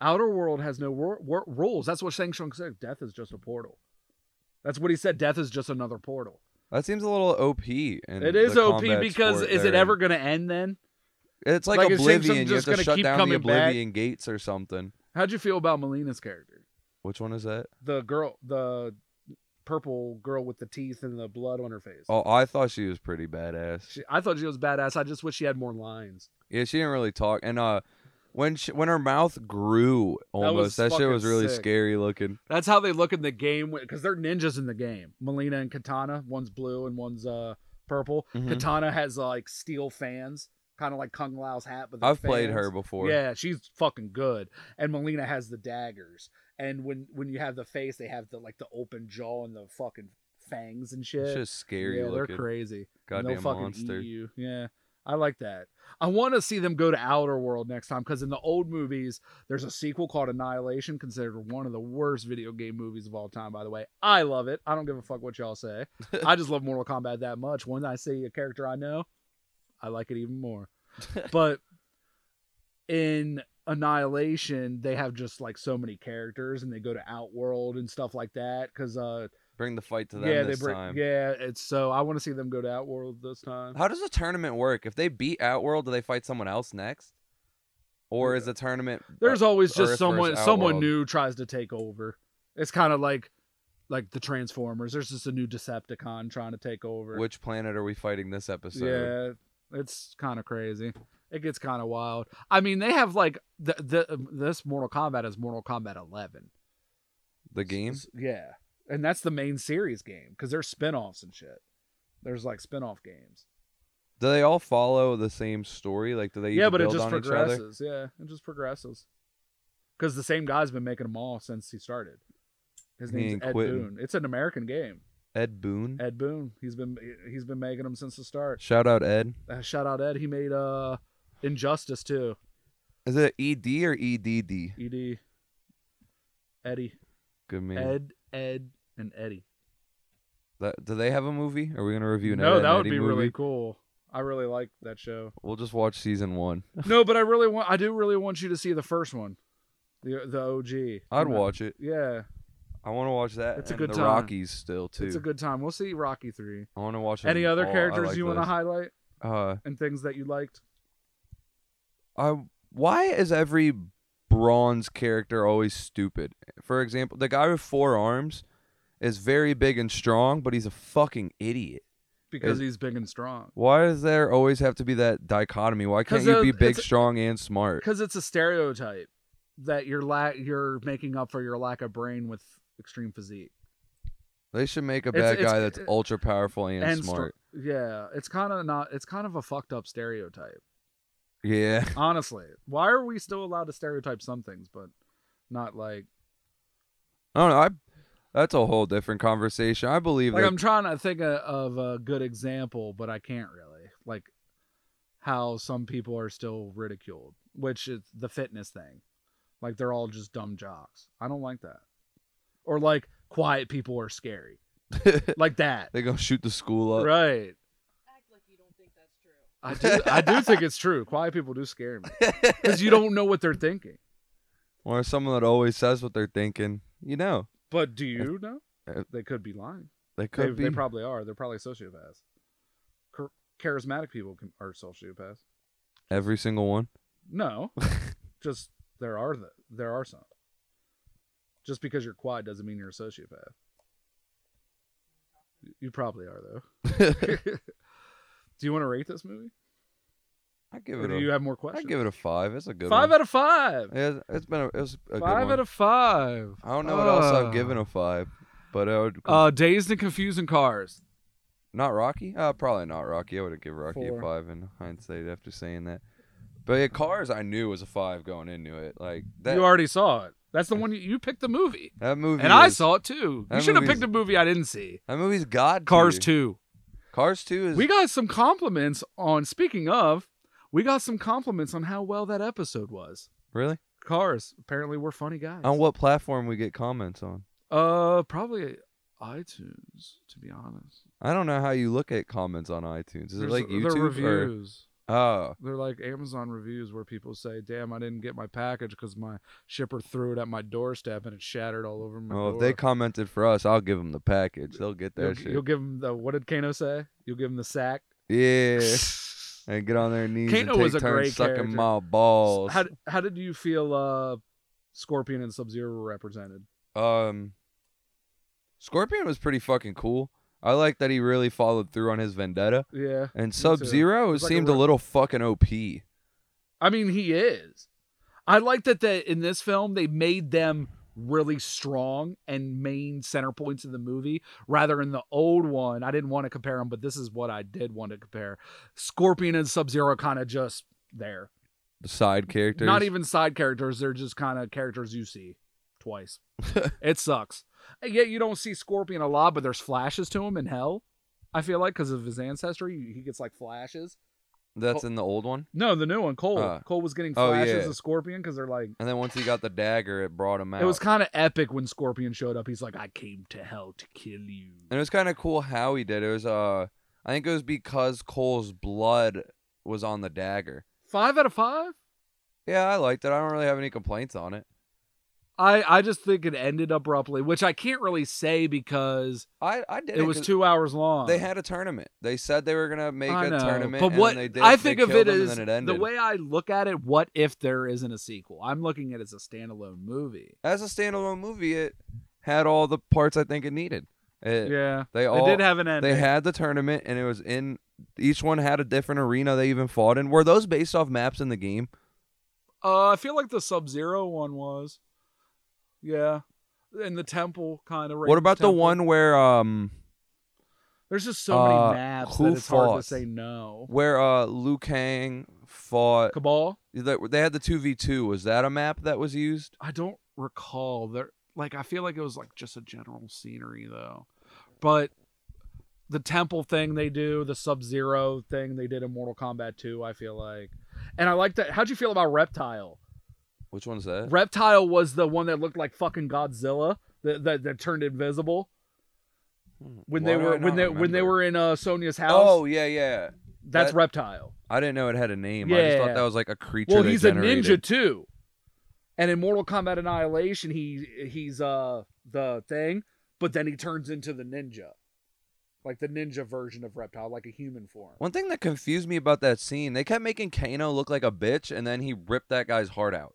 B: Outer world has no wor- wor- rules. That's what Shang Tsung said. Death is just a portal. That's what he said. Death is just another portal.
A: That seems a little OP. In
B: it is
A: the
B: OP
A: combat
B: because
A: sport
B: is it
A: they're
B: ever
A: in.
B: going to end? Then
A: It's like,
B: like, it seems I'm
A: Oblivion. You have
B: just
A: to
B: gonna
A: shut
B: keep
A: down the
B: coming back.
A: Oblivion gates or something.
B: how'd you feel about Melina's character,
A: Which one is that?
B: the girl, the purple girl with the teeth and the blood on her face?
A: Oh, I thought she was pretty badass.
B: She, I thought she was badass. I just wish she had more lines.
A: Yeah, she didn't really talk, and uh, when she, when her mouth grew
B: was
A: almost, that, shit
B: fucking
A: was really
B: sick.
A: scary looking.
B: That's how they look in the game because they're ninjas in the game. Melina and Katana, one's blue and one's uh purple.
A: Mhm.
B: Katana has uh, like steel fans, kind of like Kung Lao's hat. But they're
A: I've played her
B: fans.
A: before.
B: Yeah, she's fucking good. And Melina has the daggers. And when when you have the face, they have the like the open jaw and the fucking fangs and shit.
A: it's just scary
B: yeah, they're
A: looking.
B: crazy. And
A: Goddamn
B: they'll fucking e-,
A: monster.
B: eat you. Yeah, I like that. I want to see them go to Outer World next time because in the old movies, there's a sequel called Annihilation, considered one of the worst video game movies of all time. By the way, I love it. I don't give a fuck what y'all
A: [LAUGHS]
B: say. I just love Mortal Kombat that much. When I see a character I know, I like it even
A: [LAUGHS]
B: more. but in Annihilation, they have just like so many characters, and they go to Outworld and stuff like that because uh,
A: Bring the fight to them
B: yeah, they
A: this
B: bring
A: time. Uh,
B: yeah. It's so I want to see them go to Outworld this time.
A: How does the tournament work? If they beat Outworld, do they fight someone else next, or is the tournament?
B: There's always
A: Earth
B: just
A: versus
B: someone someone
A: Outworld.
B: new tries to take over. It's kind of like like the Transformers. There's just a new Decepticon trying to take over.
A: which planet are we fighting this episode?
B: yeah, it's kind of crazy. It gets kind of wild. um, I mean, they have like the, the this Mortal Kombat is Mortal Kombat 11.
A: The game?
B: S- Yeah. And that's the main series game because there's spin-offs and shit. There's like spin-off games.
A: Do they all follow the same story? Like, do they?
B: yeah,
A: each
B: but it
A: build
B: just
A: on each other?
B: progresses. Yeah, it just progresses. Because the same guy's been making them all since he started. His
A: He
B: name's
A: ain't
B: Ed
A: quitting.
B: Boone. It's an American game.
A: Ed Boone.
B: Ed Boone. He's been he's been making them since the start.
A: Shout out Ed.
B: Uh, shout out Ed. He made uh Injustice too.
A: Is it ED or E EDD?
B: Ed. Eddie.
A: Good man.
B: Ed. Ed. And Eddie.
A: That- do they have a movie? Are we gonna review? an Ed
B: no,
A: and
B: that would
A: Eddie
B: be
A: movie?
B: really cool. I really like that show.
A: We'll just watch season one.
B: no, but I really want. I do really want you to see the first one, the the OG.
A: I'd
B: You know?
A: watch it.
B: Yeah,
A: I want to watch that.
B: It's a
A: and
B: good
A: the
B: time.
A: Rockies still too.
B: it's a good time. We'll see Rocky three.
A: I want to watch
B: Any
A: them
B: other
A: all. I
B: characters
A: like
B: you want to
A: those.
B: highlight
A: Uh,
B: and things that you liked?
A: I why is every bronze character always stupid? For example, the guy with four arms is very big and strong, but he's a fucking idiot.
B: Because he's big and strong.
A: Why does there always have to be that dichotomy? Why
B: 'Cause
A: can't you
B: it-
A: be big,
B: it's-
A: strong, and smart?
B: Because it's a stereotype that you're la- you're making up for your lack of brain with extreme physique
A: They should make a
B: it's-
A: bad
B: it's-
A: guy that's
B: it-
A: ultra powerful and,
B: str-
A: smart.
B: yeah, it's kind of not. It's kind of a fucked up stereotype.
A: yeah,
B: Honestly, why are we still allowed to stereotype some things, but not like
A: I don't know. I that's a whole different conversation. I believe
B: like
A: that
B: I'm trying to think of, of a good example, but I can't really. Like how some people are still ridiculed, which is the fitness thing. Like they're all just dumb jocks. I don't like that. Or like quiet people are
A: [LAUGHS]
B: scary. like that.
A: they gonna shoot the school up.
B: Right.
C: Act like you don't think that's true.
B: I do I do
A: [LAUGHS]
B: think it's true. Quiet people do scare me. Cuz you don't know what they're thinking.
A: Or someone that always says what they're thinking. You know,
B: But do you know?
A: Uh,
B: They could be lying.
A: they
B: They,
A: could
B: they
A: be.
B: probably are. They're probably sociopaths. Char- charismatic people can, are sociopaths.
A: Every single one.
B: No,
A: [LAUGHS]
B: just there are the, there are some. Just because you're quiet doesn't mean you're a sociopath. You probably are
A: [LAUGHS]
B: though. [LAUGHS] Do you want to rate this movie?
A: I give
B: Or
A: it.
B: do
A: a,
B: you have more
A: I
B: questions?
A: give it a five. It's a good
B: five
A: one.
B: out of five.
A: Yeah, it's been a, it was a good
B: five
A: one.
B: out of five.
A: I don't know what else
B: Ah.
A: I've given a five, but I would
B: Uh, dazed and confusing cars.
A: not Rocky. Uh, probably not Rocky. I would give Rocky
B: Four.
A: a five in hindsight after saying that. But yeah, Cars I knew was a five going into it. Like that
B: you already saw it. That's the one you, you picked the movie,
A: that movie.
B: and I
A: is-
B: saw it too. You
A: that
B: should have
A: movie's-
B: picked a movie I didn't see.
A: that movie's God.
B: Cars
A: two.
B: two.
A: Cars two is
B: We got some compliments on. Speaking of, we got some compliments on how well that episode was.
A: really
B: Cars. Apparently, we're funny guys.
A: on what platform we get comments on.
B: Uh, probably iTunes. To be honest,
A: I don't know how you look at comments on iTunes. Is it
B: There's-
A: like YouTube
B: They're
A: or
B: reviews.
A: oh
B: They're like Amazon reviews where people say, "Damn, I didn't get my package because my shipper threw it at my doorstep and it shattered all over my
A: well
B: door."
A: if they commented for us, I'll give them the package. They'll get their
B: you'll,
A: shit.
B: you'll give them the what did Kano say? You'll give them the sack. [LAUGHS]
A: Yeah. and get on their knees
B: Kano
A: and take
B: was a
A: turns
B: great
A: sucking
B: character.
A: my balls.
B: How, how did you feel? Uh, Scorpion and Sub Zero were represented.
A: um, Scorpion was pretty fucking cool. I like that he really followed through on his vendetta.
B: Yeah.
A: And
B: too.
A: Sub Zero
B: It's like a
A: seemed a
B: re-
A: little fucking OP.
B: I mean, he is. I like that that in this film they made them really strong and main center points of the movie rather in the old one i didn't want to compare them but this is what i did want to compare scorpion and sub-zero kind of just there
A: The side characters.
B: not even side characters they're just kind of characters you see
A: [LAUGHS]
B: twice it sucks and yet you don't see scorpion a lot but there's flashes to him in hell i feel like because of his ancestry he gets like flashes Oh.
A: That's in the old one.
B: no the new one cole
A: Uh,
B: cole was getting
A: oh,
B: flashes
A: yeah.
B: of scorpion because they're like
A: And then once he got the dagger, it brought him out.
B: It was kind of epic when Scorpion showed up. He's like, "I came to hell to kill you."
A: and it was kind of cool how he did it. It was, uh, I think it was because Cole's blood was on the dagger.
B: Five out of five.
A: Yeah, I liked it. I don't really have any complaints on it.
B: I I just think it ended abruptly, which I can't really say because
A: I, I did it.
B: it was
A: 'cause
B: two hours long.
A: They had a tournament. They said they were gonna make
B: I
A: a
B: know,
A: tournament,
B: but
A: and
B: what
A: they did.
B: I
A: They
B: think of
A: killed
B: it
A: them,
B: is
A: and then it ended.
B: the way I look at it. What if there isn't a sequel? I'm looking at it as a standalone movie.
A: as a standalone movie, it had all the parts I think it needed. It-
B: Yeah,
A: They
B: they
A: all
B: did have an ending.
A: they had the tournament, and it was in each one had a different arena they even fought in. Were those based off maps in the game?
B: Uh, I feel like the Sub Zero one was. Yeah, and the temple kind of.
A: What about the one where um
B: There's just so
A: uh,
B: many maps
A: who
B: that it's hard
A: fought?
B: to say no.
A: where uh Liu Kang fought?
B: Cabal.
A: That they had the two v two. Was that a map that was used?
B: I don't recall there. Like I feel like it was like just a general scenery though, but the temple thing they do, the Sub Zero thing they did in Mortal Kombat 2, I feel like, and I like that. How'd you feel about Reptile?
A: Which one's that?
B: Reptile was the one that looked like fucking Godzilla that that, that turned invisible when they
A: Hmm.
B: were
A: Why do I
B: when
A: not
B: they when they
A: remember?
B: were in uh, Sonya's house.
A: Oh yeah, yeah.
B: that's
A: that-
B: Reptile.
A: I didn't know it had a name. I just
B: Yeah.
A: thought that was like a creature.
B: Well,
A: they
B: he's
A: generated.
B: a ninja too. And in Mortal Kombat Annihilation, he he's uh the thing, but then he turns into the ninja, like the ninja version of Reptile, like a human form.
A: One thing that confused me about that scene, they kept making Kano look like a bitch, and then he ripped that guy's heart out.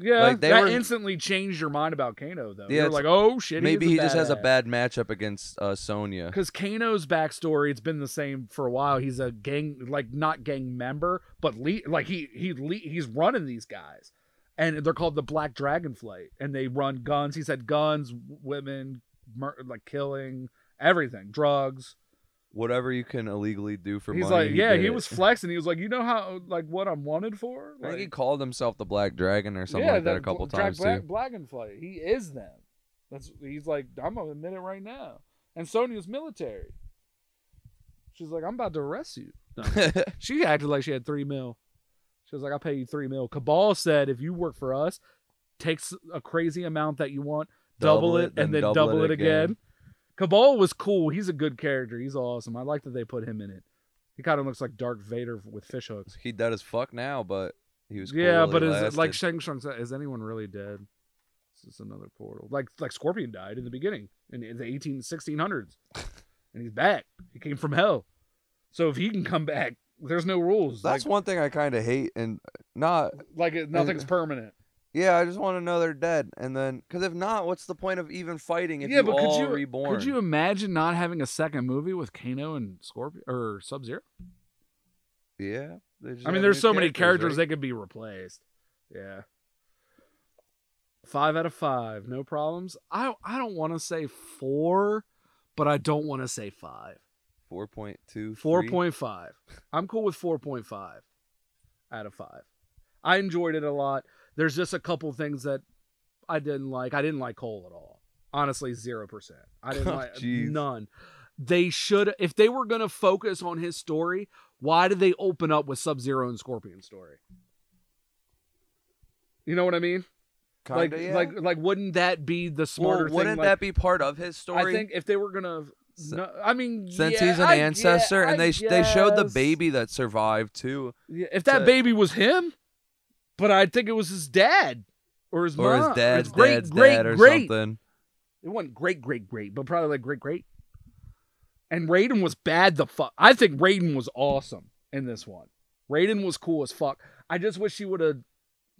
B: Yeah,
A: Like, they
B: that
A: were-
B: instantly changed your mind about Kano though.
A: Yeah,
B: You're
A: it's-
B: like, oh shit,
A: Maybe he just has a bad matchup against uh, Sonya.
B: Because Kano's backstory, it's been the same for a while. He's a gang, like not gang member, but le- like he he le- he's running these guys, and they're called the Black Dragon Flight, and they run guns. He's had guns, women, mur- like killing everything, drugs.
A: Whatever you can illegally do for
B: he's
A: money.
B: like, yeah,
A: did
B: he
A: it.
B: was flexing. He was like, you know how like what I'm wanted for?
A: I think he
B: Like,
A: called himself the Black Dragon or something like that a couple
B: Black,
A: times
B: Black,
A: too.
B: Dragon Flight. He is them. That's he's like, I'm gonna admit it right now. And Sonya's military. She's like, I'm about to arrest you.
A: [LAUGHS]
B: She acted like she had three mil. She was like, I'll pay you three mil. Cabal said, if you work for us, take s- a crazy amount that you want, double, it, and then double, it again. Cabal was cool. He's a good character. He's awesome. I like that they put him in it. He kind of looks like Darth Vader with fish hooks.
A: He dead as fuck now, but he was. Cool
B: yeah,
A: while
B: but
A: he
B: is, like
A: lasted.
B: Shang Tsung said, is anyone really dead? This is another portal. Like like Scorpion died in the beginning in the 18
A: [LAUGHS]
B: 1600s, and he's back. He came from hell. So if he can come back, there's no rules.
A: that's
B: like,
A: one thing I kind of hate, and not.
B: like it- nothing's
A: Uh,
B: permanent.
A: Yeah, I just want to know they're dead, and then because if not, what's the point of even fighting if
B: Yeah,
A: you
B: but could
A: all
B: you- could
A: reborn?
B: Could you imagine not having a second movie with Kano and Scorpion or Sub Zero?
A: Yeah. they just
B: I mean,
A: have
B: there's
A: new
B: so many characters
A: right?
B: they could be replaced. Yeah. Five out of five, no problems. I I don't want to say four, but I don't want to say five.
A: 4.2.
B: Four point five. I'm cool with four point five out of five. I enjoyed it a lot. There's just a couple things that I didn't like. I didn't like Cole at all. Honestly, zero percent. I didn't
A: [LAUGHS] Oh,
B: like
A: jeez.
B: none. They should if they were gonna focus on his story, why did they open up with Sub Zero and Scorpion story? You know what I mean?
A: Kinda,
B: like
A: yeah.
B: like like wouldn't that be the
A: Well,
B: smarter
A: wouldn't
B: thing? Like,
A: that be part of his story?
B: I think if they were gonna
A: S-
B: no, I mean,
A: since
B: yeah,
A: he's an
B: I- yeah,
A: ancestor, and
B: I
A: they they showed the
B: guess.
A: baby that survived too,
B: Yeah, if that
A: to-
B: baby was him, but I think it was his dad or his
A: or
B: mom,
A: his dad's
B: great,
A: dad's
B: great,
A: dad or
B: great.
A: something.
B: It wasn't great, great, great, but probably like great, great. And Raiden was bad. The fuck, I think Raiden was awesome in this one. Raiden was cool as fuck. I just wish he would have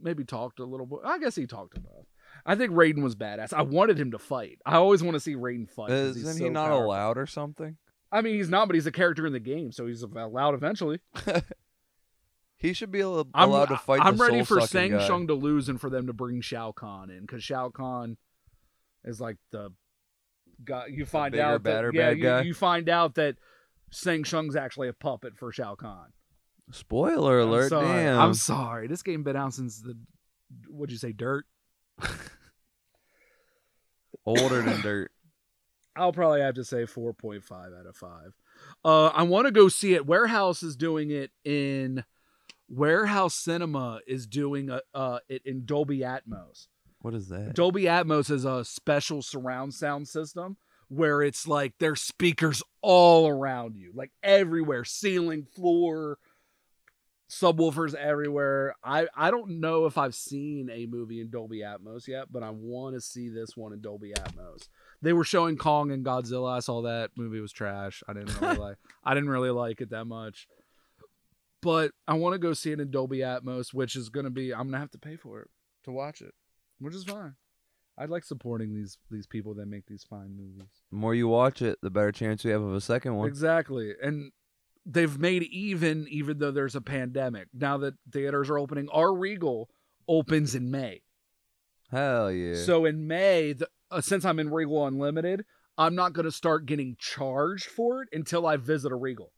B: maybe talked a little bit. I guess he talked enough. I think Raiden was badass. I wanted him to fight. I always want to see Raiden fight. 'cause he's
A: Isn't he
B: so
A: not
B: powerful.
A: allowed or something?
B: I mean, he's not, but he's a character in the game, so he's allowed eventually.
A: He should be al-
B: I'm,
A: allowed to fight.
B: I'm
A: the
B: ready for
A: soul-sucking
B: Sang
A: guy.
B: Shung to lose and for them to bring Shao Kahn in because Shao Kahn is like the guy. You find
A: bigger,
B: out
A: badder
B: that yeah,
A: bad
B: you,
A: guy?
B: you find out that Sang Shung's actually a puppet for Shao Kahn.
A: Spoiler alert!
B: I'm sorry.
A: Damn.
B: I'm sorry. This game been out since the what'd you say, dirt?
A: [LAUGHS]
B: [COUGHS]
A: older than dirt.
B: I'll probably have to say 4.5 out of 5. Uh, I want to go see it. Warehouse is doing it in Warehouse Cinema is doing a, uh, it in Dolby Atmos.
A: What is that?
B: Dolby Atmos is a special surround sound system where it's like there's speakers all around you, like everywhere, ceiling, floor, subwoofers everywhere. I I don't know if I've seen a movie in Dolby Atmos yet, but I want to see this one in Dolby Atmos. They were showing Kong and Godzilla. I saw that movie was trash. I didn't really like I didn't really like it that much. But I want to go see it in Dolby Atmos, which is going to be I'm going to have to pay for it to watch it, which is fine. I like supporting these these people that make these fine movies.
A: The more you watch it, the better chance we have of a second one.
B: Exactly. And they've made even even though there's a pandemic. Now that theaters are opening, our Regal opens in May.
A: Hell yeah!
B: So in May, the, uh, since I'm in Regal Unlimited, I'm not going to start getting charged for it until I visit a Regal.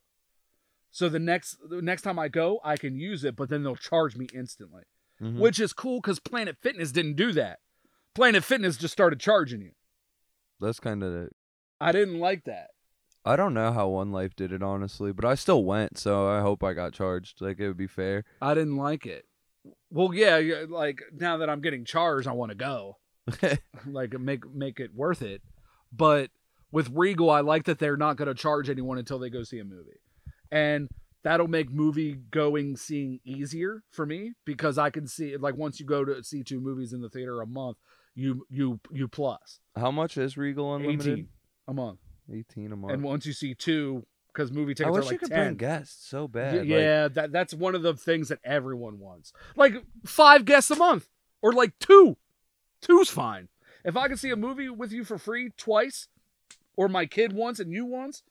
B: So the next the next time I go, I can use it, but then they'll charge me instantly,
A: Mhm.
B: which is cool because Planet Fitness didn't do that. Planet Fitness just started charging you.
A: That's kind of.
B: I didn't like that.
A: I don't know how One Life did it honestly, but I still went, so I hope I got charged. Like it would be fair.
B: I didn't like it. Well, yeah, yeah, like now that I'm getting charged, I want to
A: [LAUGHS]
B: go. [LAUGHS] like make make it worth it. But with Regal, I like that they're not going to charge anyone until they go see a movie, and that'll make movie going seeing easier for me because I can see like once you go to see two movies in the theater a month, you you you plus
A: How much is Regal Unlimited?
B: eighteen a month,
A: 18, a month.
B: and once you see two because movie
A: I
B: tickets are
A: wish
B: like
A: you could
B: 10.
A: bring guests so
B: Y-
A: bad. like-
B: yeah, that that's one of the things that everyone wants. Like five guests a month, or like two. Two's fine. If I could see a movie with you for free twice, or my kid once and you once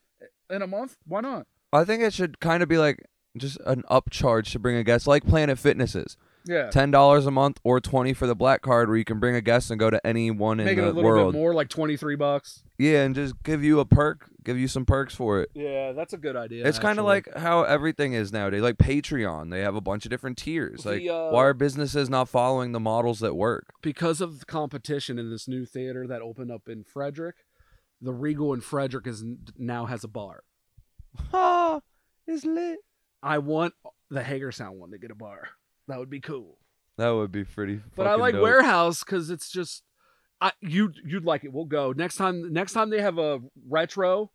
B: in a month, why not?
A: I think it should kind of be like just an upcharge to bring a guest, like Planet Fitnesses,
B: Yeah,
A: ten dollars a month or twenty for the black card, where you can bring a guest and go to anyone in
B: make it a
A: the
B: little
A: world.
B: bit more, like twenty three bucks.
A: Yeah, and just give you a perk, give you some perks for it.
B: Yeah, that's a good idea.
A: it's kind of like how everything is nowadays. Like Patreon, they have a bunch of different tiers.
B: The,
A: Like,
B: uh,
A: why are businesses not following the models
B: [LAUGHS]
A: that work?
B: because of the competition in this new theater that opened up in Frederick, the Regal in Frederick is n- now has a bar.
A: Ha! It's lit.
B: I want the Hagerstown one to get a bar. That would be cool.
A: That would be pretty.
B: But I
A: fucking
B: like
A: dope.
B: warehouse because it's just, I you you'd like it. We'll go next time. Next time they have a retro,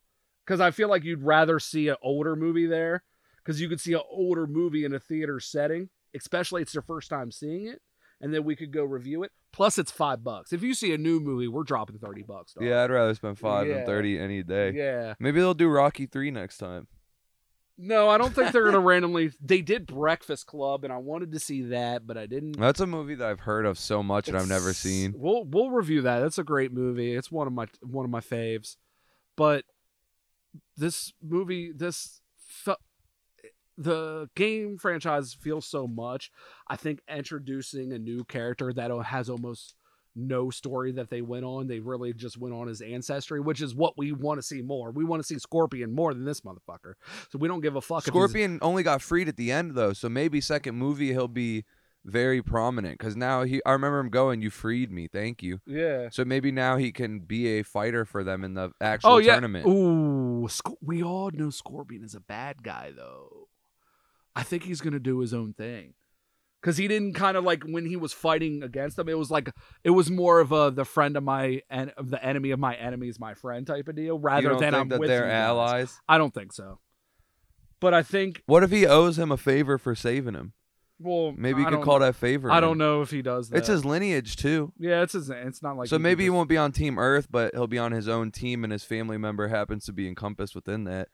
B: because I feel like you'd rather see an older movie there, because you could see an older movie in a theater setting, especially it's your first time seeing it, and then we could go review it. Plus, it's five bucks. If you see a new movie, we're dropping thirty bucks. dog.
A: Yeah, I'd rather spend five
B: Yeah.
A: than thirty any day.
B: yeah.
A: Maybe they'll do Rocky three next time.
B: No, I don't think they're gonna randomly. They did Breakfast Club, and I wanted to see that, but I didn't.
A: That's a movie that I've heard of so much and I've never
B: It's-
A: seen.
B: We'll we'll review that. That's a great movie. It's one of my one of my faves. But this movie, this fe- the game franchise feels so much. I think introducing a new character that has almost no story that they went on. They really just went on his ancestry, which is what we want to see more. We want to see Scorpion more than this motherfucker. So we don't give a fuck. if he's-
A: Scorpion only got freed at the end though, so maybe second movie he'll be very prominent because now he. I remember him going, "You freed me, thank you."
B: yeah.
A: So maybe now he can be a fighter for them in the actual
B: Oh yeah.
A: tournament.
B: Ooh, Sc- we all know Scorpion is a bad guy though. I think he's gonna do his own thing, cause he didn't kind of like when he was fighting against them. It was like it was more of a the friend of my and of the enemy of my enemy is my friend type of deal,
A: you
B: rather
A: don't
B: than
A: think
B: I'm
A: that
B: with
A: they're
B: you guys.
A: allies?
B: I don't think so. But I think
A: What if he owes him a favor for saving him?
B: well
A: Maybe you
B: I
A: could
B: don't
A: call
B: know.
A: that favor.
B: I
A: in.
B: don't know if he does. That.
A: It's his lineage too.
B: yeah, it's his. It's not like
A: so
B: he
A: maybe he
B: just-
A: won't be on Team Earth, but he'll be on his own team, and his family member happens to be encompassed within that.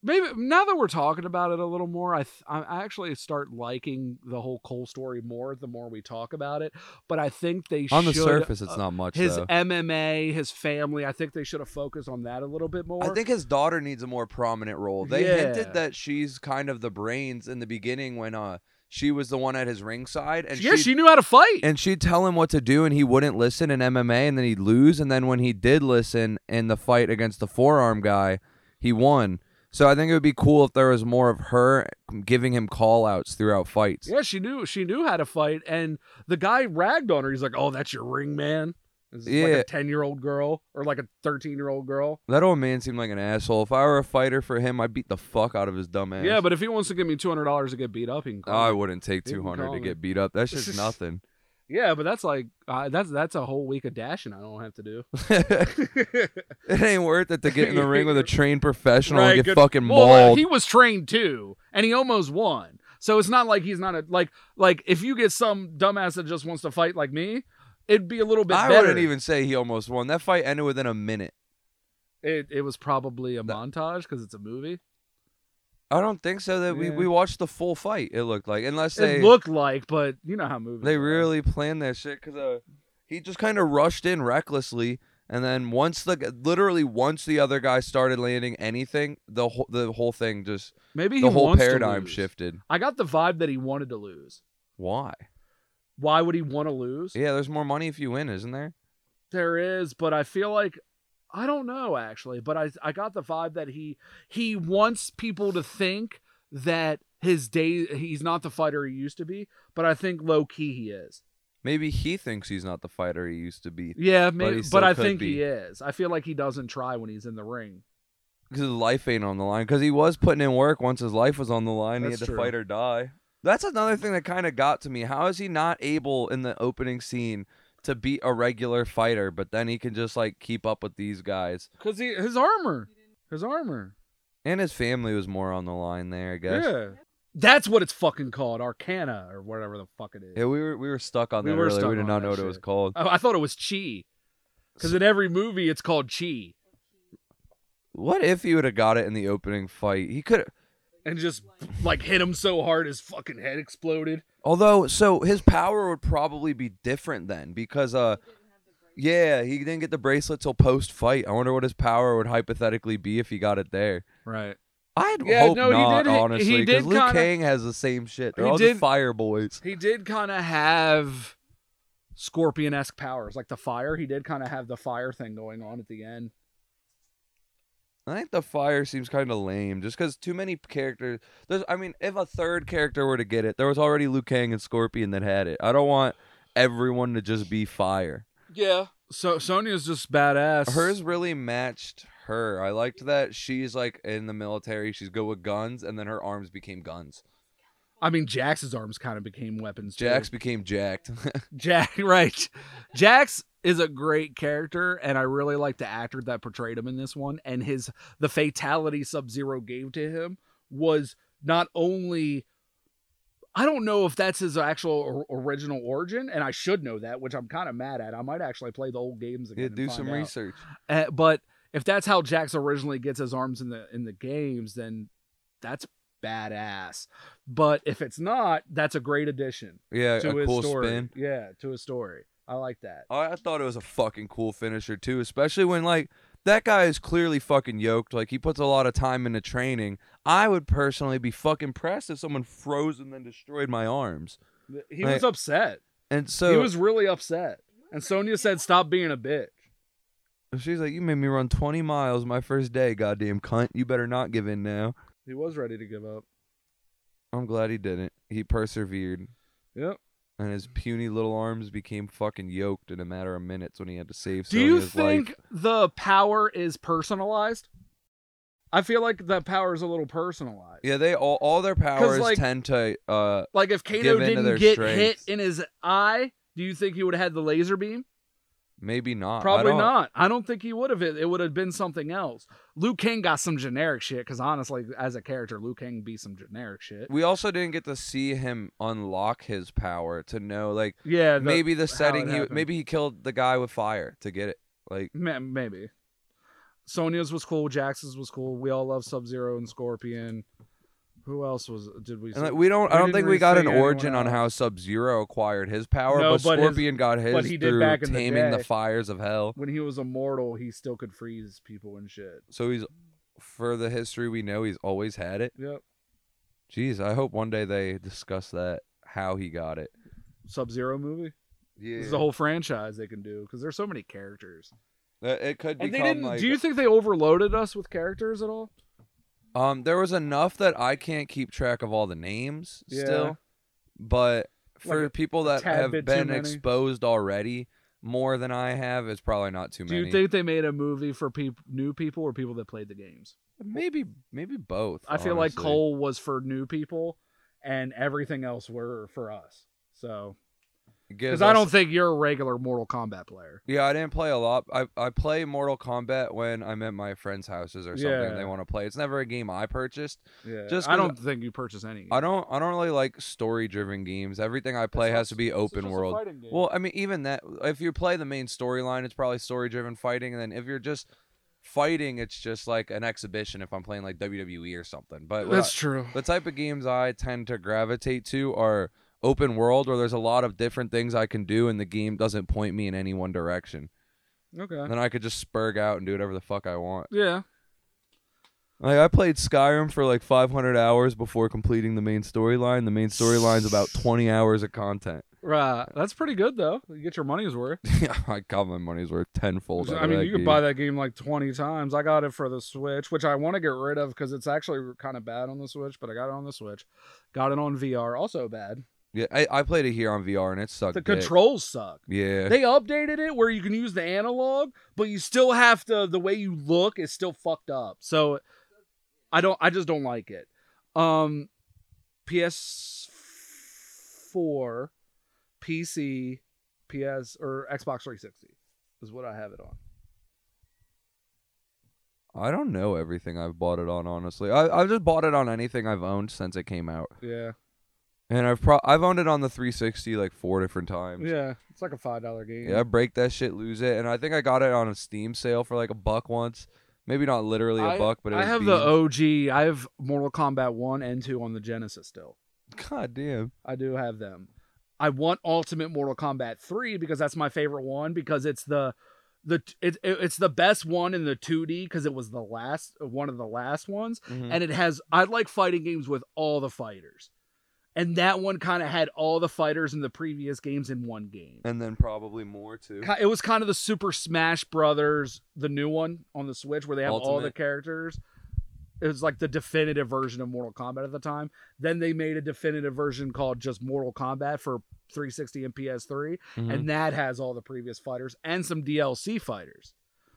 B: maybe now that we're talking about it a little more i th- i I actually start liking the whole cole story more the more we talk about it but i think they
A: On the
B: should-
A: surface, it's
B: uh,
A: not much.
B: his
A: though.
B: mma his family i think they should have focused on that a little bit more
A: I think his daughter needs a more prominent role. They
B: Yeah.
A: hinted that she's kind of the brains in the beginning when uh she was the one at his ringside, and
B: yeah
A: she
B: she knew how to fight
A: and she'd tell him what to do and he wouldn't listen in MMA and then he'd lose and then when he did listen in the fight against the forearm guy, he won. So I think it would be cool if there was more of her giving him call outs throughout fights.
B: yeah she knew she knew how to fight and the guy ragged on her he's like oh that's your ring man It's like
A: Yeah.
B: a 10 year old girl or like a 13 year old girl
A: That old man seemed like an asshole. If I were a fighter for him, I'd beat the fuck out of his dumb ass.
B: yeah but if he wants to give me $200 to get beat up he can call me.
A: I wouldn't take
B: He can
A: 200
B: call
A: to
B: me.
A: get beat up. That's just nothing. [LAUGHS]
B: yeah but that's like uh, that's that's a whole week of dashing i don't have to
A: [LAUGHS]
B: do [LAUGHS]
A: it ain't worth it to get in the ring with a trained professional
B: Right,
A: and get
B: good-
A: fucking
B: Well, uh,
A: mauled.
B: he was trained too, and he almost won. So it's not like he's not a like like if you get some dumbass that just wants to fight like me, it'd be a little bit
A: I
B: better.
A: wouldn't even say he almost won. That fight ended within a minute.
B: It, it was probably a montage because it's a movie.
A: I don't think so. That we,
B: Yeah.
A: we watched the full fight. It looked like unless they
B: it looked like, but you know how movies.
A: they
B: are.
A: really planned that shit because uh, he just kind of rushed in recklessly, and then once the g- literally once the other guy started landing anything, the whole the whole thing just
B: maybe he
A: the whole
B: wants to
A: paradigm
B: lose.
A: shifted.
B: I got the vibe that he wanted to lose.
A: Why?
B: Why would he want to lose?
A: Yeah, there's more money if you win, isn't there?
B: there is, but I feel like I don't know actually, but I I got the vibe that he he wants people to think that his day he's not the fighter he used to be, but I think low key he is.
A: Maybe he thinks he's not the fighter he used to be
B: Yeah, maybe,
A: he
B: but,
A: still
B: I
A: could
B: think
A: be.
B: he is. I feel like he doesn't try when he's in the ring.
A: because his life ain't on the line. Because he was putting in work once his life was on the line. he
B: That's
A: had to
B: true.
A: fight or die. That's another thing that kind of got to me. How is he not able in the opening scene to beat a regular fighter, but then he can just like keep up with these guys?
B: Cause he his armor, his armor.
A: And his family was more on the line there, I guess.
B: Yeah, that's what it's fucking called, Arcana or whatever the fuck it is.
A: Yeah, we were we were stuck on
B: We
A: that
B: were
A: earlier.
B: stuck
A: We did
B: on
A: not
B: that
A: know what it was
B: shit.
A: called.
B: I, I thought it was chi, because in every movie it's called chi,
A: What if he would have got it in the opening fight? He could.
B: and just like hit him so hard his fucking head exploded.
A: Although, so his power would probably be different then because uh,
C: [LAUGHS]
A: yeah, he didn't get the bracelet till post fight. I wonder what his power would hypothetically be if he got it there.
B: Right.
A: I'd
B: Yeah,
A: hope
B: no, he
A: not,
B: did- he- he
A: honestly,
B: did
A: because Luke
B: kinda-
A: Kang has the same shit. They're
B: He
A: all
B: did-
A: just fire boys.
B: He did kind of have scorpion esque powers, like the fire. He did kind of have the fire thing going on at the end.
A: I think the fire seems kind of lame, just because too many characters. There's, I mean, if a third character were to get it, there was already Luke Kang and Scorpion that had it. I don't want everyone to just be fire.
B: Yeah. So Sonya's just badass.
A: Hers really matched her. I liked that she's like in the military. She's good with guns, and then her arms became guns.
B: I mean, Jax's arms kind of became weapons. too.
A: Jax became jacked. [LAUGHS]
B: Jack, [LAUGHS] right. Jax is a great character, and I really like the actor that portrayed him in this one. And his the fatality Sub Zero gave to him was not only I don't know if that's his actual or- original origin, and I should know that, which I'm kind of mad at. I might actually play the old games again.
A: yeah,
B: and
A: do
B: find
A: some
B: out.
A: research.
B: Uh, but if that's how Jax originally gets his arms in the in the games, then that's badass. But if it's not, that's a great addition
A: Yeah,
B: to
A: a
B: his
A: cool
B: story.
A: spin.
B: Yeah, to his story. I like that.
A: I I thought it was a fucking cool finisher too, especially when like that guy is clearly fucking yoked. Like he puts a lot of time into training. I would personally be fucking impressed if someone froze and then destroyed my arms.
B: He
A: Like-
B: was upset.
A: And so
B: he was really upset. And Sonya said, "Stop being a bitch."
A: she's like, "You made me run 20 miles my first day, goddamn cunt. You better not give in now."
B: He was ready to give up.
A: I'm glad he didn't. He persevered,
B: Yep.
A: and his puny little arms became fucking yoked in a matter of minutes when he had to save.
B: Do you
A: Sonya's life.
B: think the power is personalized? I feel like the power is a little personalized.
A: Yeah, they all all their powers
B: like-
A: tend to uh
B: Like if Kato
A: Give in to
B: didn't
A: their
B: get
A: strengths.
B: hit in his eye, do you think he would have had the laser beam?
A: maybe not. I
B: Probably
A: don't-
B: not. I don't think he would have. It, it would have been something else. Luke King got some generic shit because honestly, as a character, Luke King be some generic shit.
A: We also didn't get to see him unlock his power to know like
B: Yeah, the-
A: maybe the
B: it
A: setting he
B: happened.
A: maybe he killed the guy with fire to get it. Like
B: Ma- maybe. Sonya's was cool. Jax's was cool. We all love Sub Zero and Scorpion. Who else was? Did we?
A: and like
B: see-
A: we don't I don't
B: didn't
A: think
B: really
A: we got
B: see
A: an
B: anyone
A: origin on
B: else.
A: how Sub Zero acquired his power,
B: No,
A: but,
B: but his-
A: Scorpion got his
B: he did
A: through
B: back in the
A: taming the,
B: day.
A: fires of hell.
B: when he was immortal, he still could freeze people and shit.
A: So he's for the history we know he's always had it.
B: Yep.
A: Jeez, I hope one day they discuss that how he got it.
B: Sub Zero movie.
A: Yeah.
B: This is a whole franchise they can do because there's so many characters.
A: it could
B: And
A: become
B: they didn't.
A: like
B: do you think they overloaded us with characters at all?
A: Um, there was enough that I can't keep track of all the names
B: Yeah.
A: still, but for
B: Like a
A: people that
B: tad
A: have
B: bit too
A: been
B: many.
A: exposed already more than I have, it's probably not too
B: Do
A: many.
B: you think they made a movie for peop- new people or people that played the games?
A: maybe maybe both?
B: I feel like
A: honestly.
B: Cole was for new people, and everything else were for us. So
A: It
B: because
A: gives
B: I
A: us-
B: don't think you're a regular Mortal Kombat player.
A: Yeah, I didn't play a lot. I I play Mortal Kombat when I'm at my friends' houses or something.
B: Yeah.
A: And they want to play. It's never a game I purchased.
B: Yeah,
A: Just
B: I
A: 'cause-
B: don't think you purchase any.
A: I don't I don't really like story driven games. Everything I play has to be open world. Well, I mean, even that, if you play the main storyline, it's probably story driven fighting. And then if you're just fighting, it's just like an exhibition if I'm playing like WWE or something. But
B: [LAUGHS]
A: what
B: that's
A: I-
B: true.
A: the type of games I tend to gravitate to are open world where there's a lot of different things I can do and the game doesn't point me in any one direction.
B: Okay.
A: Then I could just spurg out and do whatever the fuck I want.
B: Yeah.
A: Like I played Skyrim for like 500 hours before completing the main storyline. The main storyline's about 20 hours of content. [LAUGHS]
B: Right. That's pretty good though. You get your money's worth.
A: I got my money's worth tenfold.
B: I mean, you could buy that game like 20 times. I got it for the Switch, which I want to get rid of because it's actually kind of bad on the Switch, but I got it on the Switch. Got it on VR, also bad.
A: Yeah, I, I played it here on VR and it sucked.
B: The
A: dick.
B: controls suck.
A: [LAUGHS] Yeah.
B: They updated it where you can use the analog, but you still have to the way you look is still fucked up. So I don't I just don't like it. Um PS4, PC, PS or Xbox 360 is what I have it on.
A: I don't know everything I've bought it on. Honestly, I I've just bought it on anything I've owned since it came out,
B: Yeah.
A: and I've pro- I've owned it on the 360 like four different times.
B: Yeah. It's like a $5 game.
A: Yeah, I break that shit, lose it, and I think I got it on a Steam sale for like a buck once. Maybe not literally a
B: I-
A: buck, but it
B: I
A: was
B: have
A: beans.
B: the OG. I have Mortal Kombat 1 and 2 on the Genesis still.
A: [LAUGHS] God damn.
B: I do have them. I want Ultimate Mortal Kombat 3 because that's my favorite one because it's the the it, it- it's the best one in the 2D because it was the last one of the last ones
A: Mm.
B: and it has I like fighting games with all the fighters. And that one kind of had all the fighters in the previous games in one game.
A: And then probably more too.
B: Ki- It was kind of the Super Smash Brothers, the new one on the Switch, where they have all the
A: Ultimate.
B: characters. It was like the definitive version of Mortal Kombat at the time. Then they made a definitive version called just Mortal Kombat for 360 and PS3,
A: Mhm.
B: and that has all the previous fighters and some DLC fighters,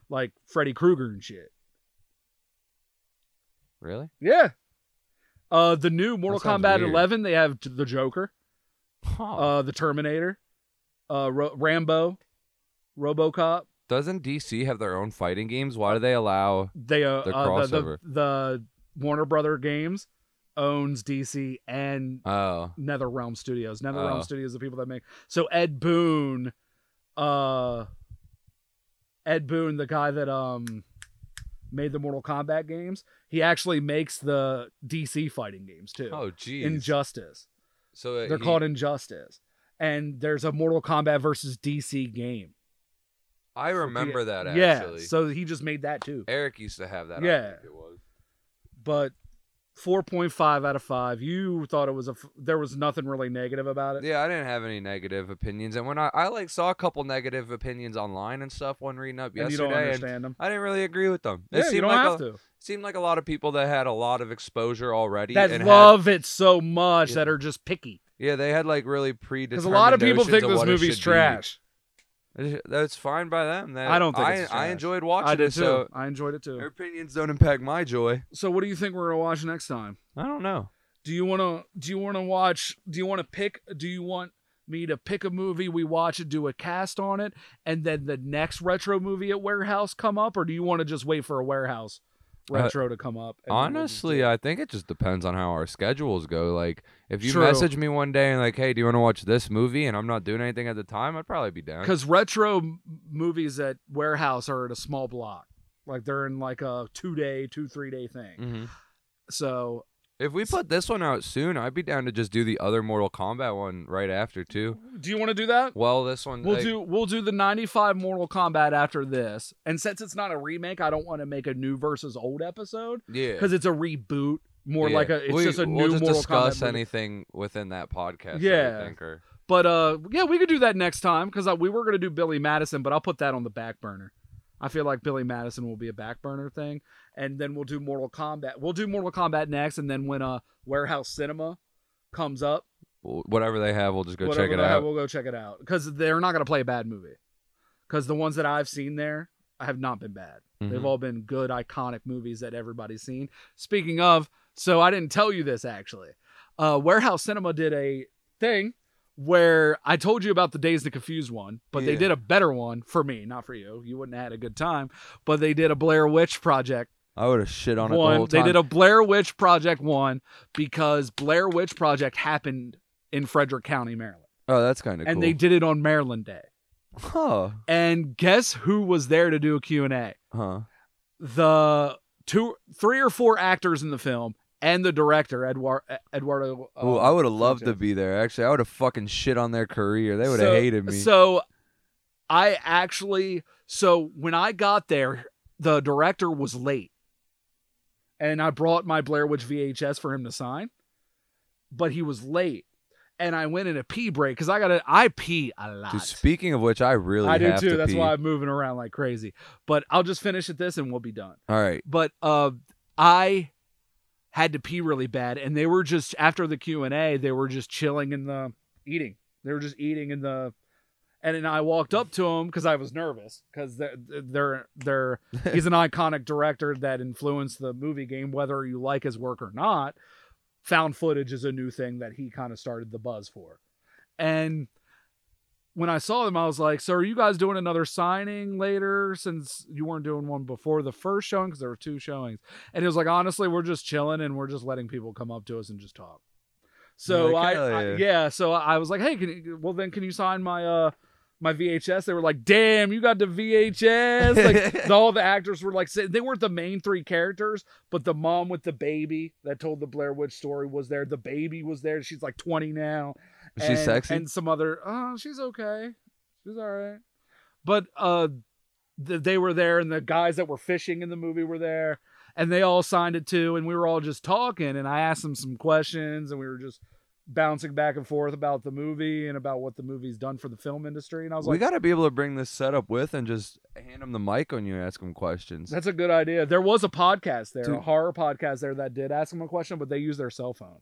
B: like Freddy Krueger and shit.
A: Really?
B: Yeah. Uh, the new Mortal
A: That sounds
B: Kombat
A: weird.
B: 11, they have the Joker,
A: Huh.
B: uh, the Terminator, uh, Ro- Rambo, RoboCop.
A: Doesn't DC have their own fighting games? Why do they allow?
B: they uh, uh,
A: Their
B: the, the
A: crossover.
B: the Warner Brother Games owns DC and
A: Oh,
B: NetherRealm Studios. NetherRealm
A: Oh.
B: Studios is the people that make. So Ed Boon, uh, Ed Boon, the guy that um made the Mortal Kombat games, he actually makes the DC fighting games too.
A: oh, geez.
B: Injustice.
A: so uh,
B: They're
A: he-
B: called Injustice. And there's a Mortal Kombat versus DC game.
A: I remember that
B: Yeah.
A: actually.
B: So he just made that too.
A: Eric used to have that. I
B: Yeah.
A: think it was.
B: but 4.5 out of 5 you thought it was a f- there was nothing really negative about it
A: Yeah, I didn't have any negative opinions, and when I, I like saw a couple negative opinions online and stuff when reading up
B: and you
A: yesterday,
B: don't
A: and
B: understand them
A: I didn't really agree with them. It
B: yeah,
A: seemed
B: you don't
A: like
B: have
A: a,
B: to
A: seemed like a lot of people that had a lot of exposure already.
B: that
A: and had-
B: love it so much
A: Yeah.
B: that are just picky
A: yeah, they had like really
B: because
A: predetermined.
B: a lot of people
A: notions
B: think this
A: what it
B: movie's
A: should be.
B: trash
A: It- That's fine by them. They-
B: I don't think it's
A: I, I
B: trash.
A: enjoyed watching
B: i did
A: it,
B: too
A: so
B: i enjoyed it
A: their
B: too
A: opinions don't impact my joy.
B: so what do you think we're gonna watch next time
A: I don't know.
B: do you want to do you want to watch do you want to pick do you want me to pick a movie we watch and do a cast on it and then the next retro movie at warehouse come up or do you want to just wait for a warehouse
A: Uh,
B: retro to come up and then we'll just do
A: Honestly, I think it just depends on how our schedules go. Like, if you
B: True.
A: message me one day and like, "Hey, do you want to watch this movie?" and I'm not doing anything at the time, I'd probably be down.
B: because retro m- movies at warehouse are at a small block like they're in like a two day two three day thing
A: Mhm.
B: so
A: If we put this one out soon, I'd be down to just do the other Mortal Kombat one right after too.
B: do you want to do that
A: Well, this one
B: we'll
A: like-
B: do we'll do the 95 mortal kombat after this and since it's not a remake i don't want to make a new versus old episode
A: yeah
B: because it's a reboot more
A: yeah.
B: like a it's
A: we,
B: just a
A: we'll
B: new
A: just
B: mortal
A: discuss
B: kombat movie.
A: anything within that podcast. I would
B: Yeah.
A: think, or-
B: but uh yeah we could do that next time because we were going to do billy madison but i'll put that on the back burner i feel like billy madison will be a back burner thing and then we'll do mortal kombat we'll do mortal kombat next and then when uh warehouse cinema comes up
A: Well, whatever they have, we'll just go
B: whatever
A: check it
B: the hell,
A: out.
B: we'll go check it out because they're not going to play a bad movie because the ones that i've seen there have not been bad They've
A: Mhm.
B: all been good, iconic movies that everybody's seen. Speaking of, so I didn't tell you this actually. Uh, Warehouse Cinema did a thing where I told you about the Days to Confuse one, but they
A: Yeah.
B: did a better one for me, not for you. You wouldn't have had a good time, but they did a Blair Witch Project
A: I would have shit on it the
B: one.
A: whole
B: They
A: time.
B: did a Blair Witch Project one because Blair Witch Project happened in Frederick County, Maryland,
A: oh, that's kind of
B: and
A: cool.
B: they did it on Maryland Day.
A: huh?
B: And guess who was there to do a Q and A?
A: Huh?
B: the two, three or four actors in the film and the director Edward Eduardo. uh,
A: Ooh, I would have loved to
B: Sanchez.
A: be there. Actually, I would have fucking shit on their career. They would have
B: So-
A: hated me.
B: So, I actually, so when I got there, the director was late, and I brought my Blair Witch VHS for him to sign, but he was late, and I went in a pee break because I got to I pee a lot.
A: Dude, speaking of which, I really
B: I do
A: have
B: too.
A: to
B: That's
A: pee.
B: why I'm moving around like crazy. But I'll just finish at this and we'll be done. [LAUGHS]
A: All right.
B: But uh, I had to pee really bad, and they were just after the Q and A, they were just chilling in the eating. They were just eating in the, and then I walked up to him because I was nervous because they're, they're they're he's an iconic director that influenced the movie game, whether you like his work or not. Found footage is a new thing that he kind of started the buzz for, and when I saw them, I was like, "So are you guys doing another signing later? Since you weren't doing one before the first showing, because there were two showings." And it was like, "Honestly, we're just chilling and we're just letting people come up to us and just talk." So
A: You're like,
B: I,
A: "Hell
B: I-
A: yeah."
B: yeah, so I was like, "Hey, can you, well then can you sign my uh my VHS?" They were like, "Damn, you got the VHS!" Like
A: [LAUGHS]
B: the- all the actors were like, sa- they weren't the main three characters, but the mom with the baby that told the Blair Witch story was there. The baby was there. She's like twenty now
A: Is she
B: and,
A: sexy?
B: and some other oh she's okay she's all right but uh th- they were there and the guys that were fishing in the movie were there and they all signed it too and we were all just talking and i asked them some questions and we were just bouncing back and forth about the movie and about what the movie's done for the film industry and i was
A: we
B: like
A: got to be able to bring this setup with and just hand them the mic on you and ask them questions.
B: that's a good idea there was a podcast there a
A: Dude.
B: horror podcast there that did ask them a question but they used their cell phone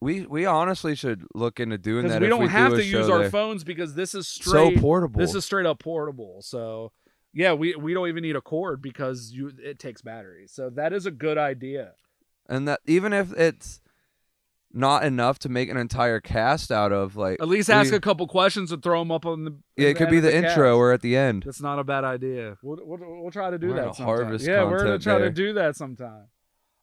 A: We we honestly should look into doing
B: because
A: that.
B: we
A: if
B: don't
A: we
B: have
A: do a
B: to use
A: show
B: our
A: there.
B: phones because this is straight
A: So portable.
B: This is straight up portable. So yeah, we we don't even need a cord because you it takes batteries. So that is a good idea.
A: and that even if it's not enough to make an entire cast out of, like
B: At least ask
A: we-
B: a couple questions and throw them up on the.
A: yeah, it could be the, intro or at the end.
B: That's not a bad idea. We'll, we'll, we'll try to do
A: We're
B: that.
A: gonna
B: sometime.
A: harvest
B: yeah, we're gonna
A: content
B: try to
A: there.
B: do that sometime.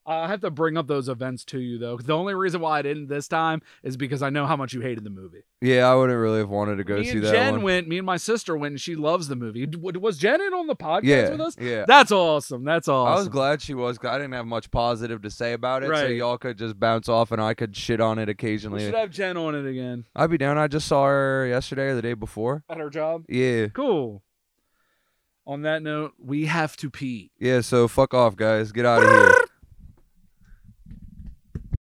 B: I have to bring up those events to you though. 'cause The only reason why I didn't this time is because I know how much you hated the movie.
A: Yeah, I wouldn't really have wanted to go
B: me
A: see
B: and
A: that
B: Jen
A: one.
B: went. Me and my sister went. and She loves the movie. D- Was Jen in on the podcast
A: yeah,
B: with us?
A: yeah.
B: That's awesome. That's awesome.
A: I was glad she was. 'cause I didn't have much positive to say about it, so
B: Right.
A: y'all could just bounce off, and I could shit on it
B: We
A: occasionally.
B: should have Jen on it again
A: I'd be down. I just saw her yesterday or the day before.
B: at her job.
A: Yeah,
B: Cool. On that note, we have to pee.
A: yeah. So fuck off, guys. Get out of here.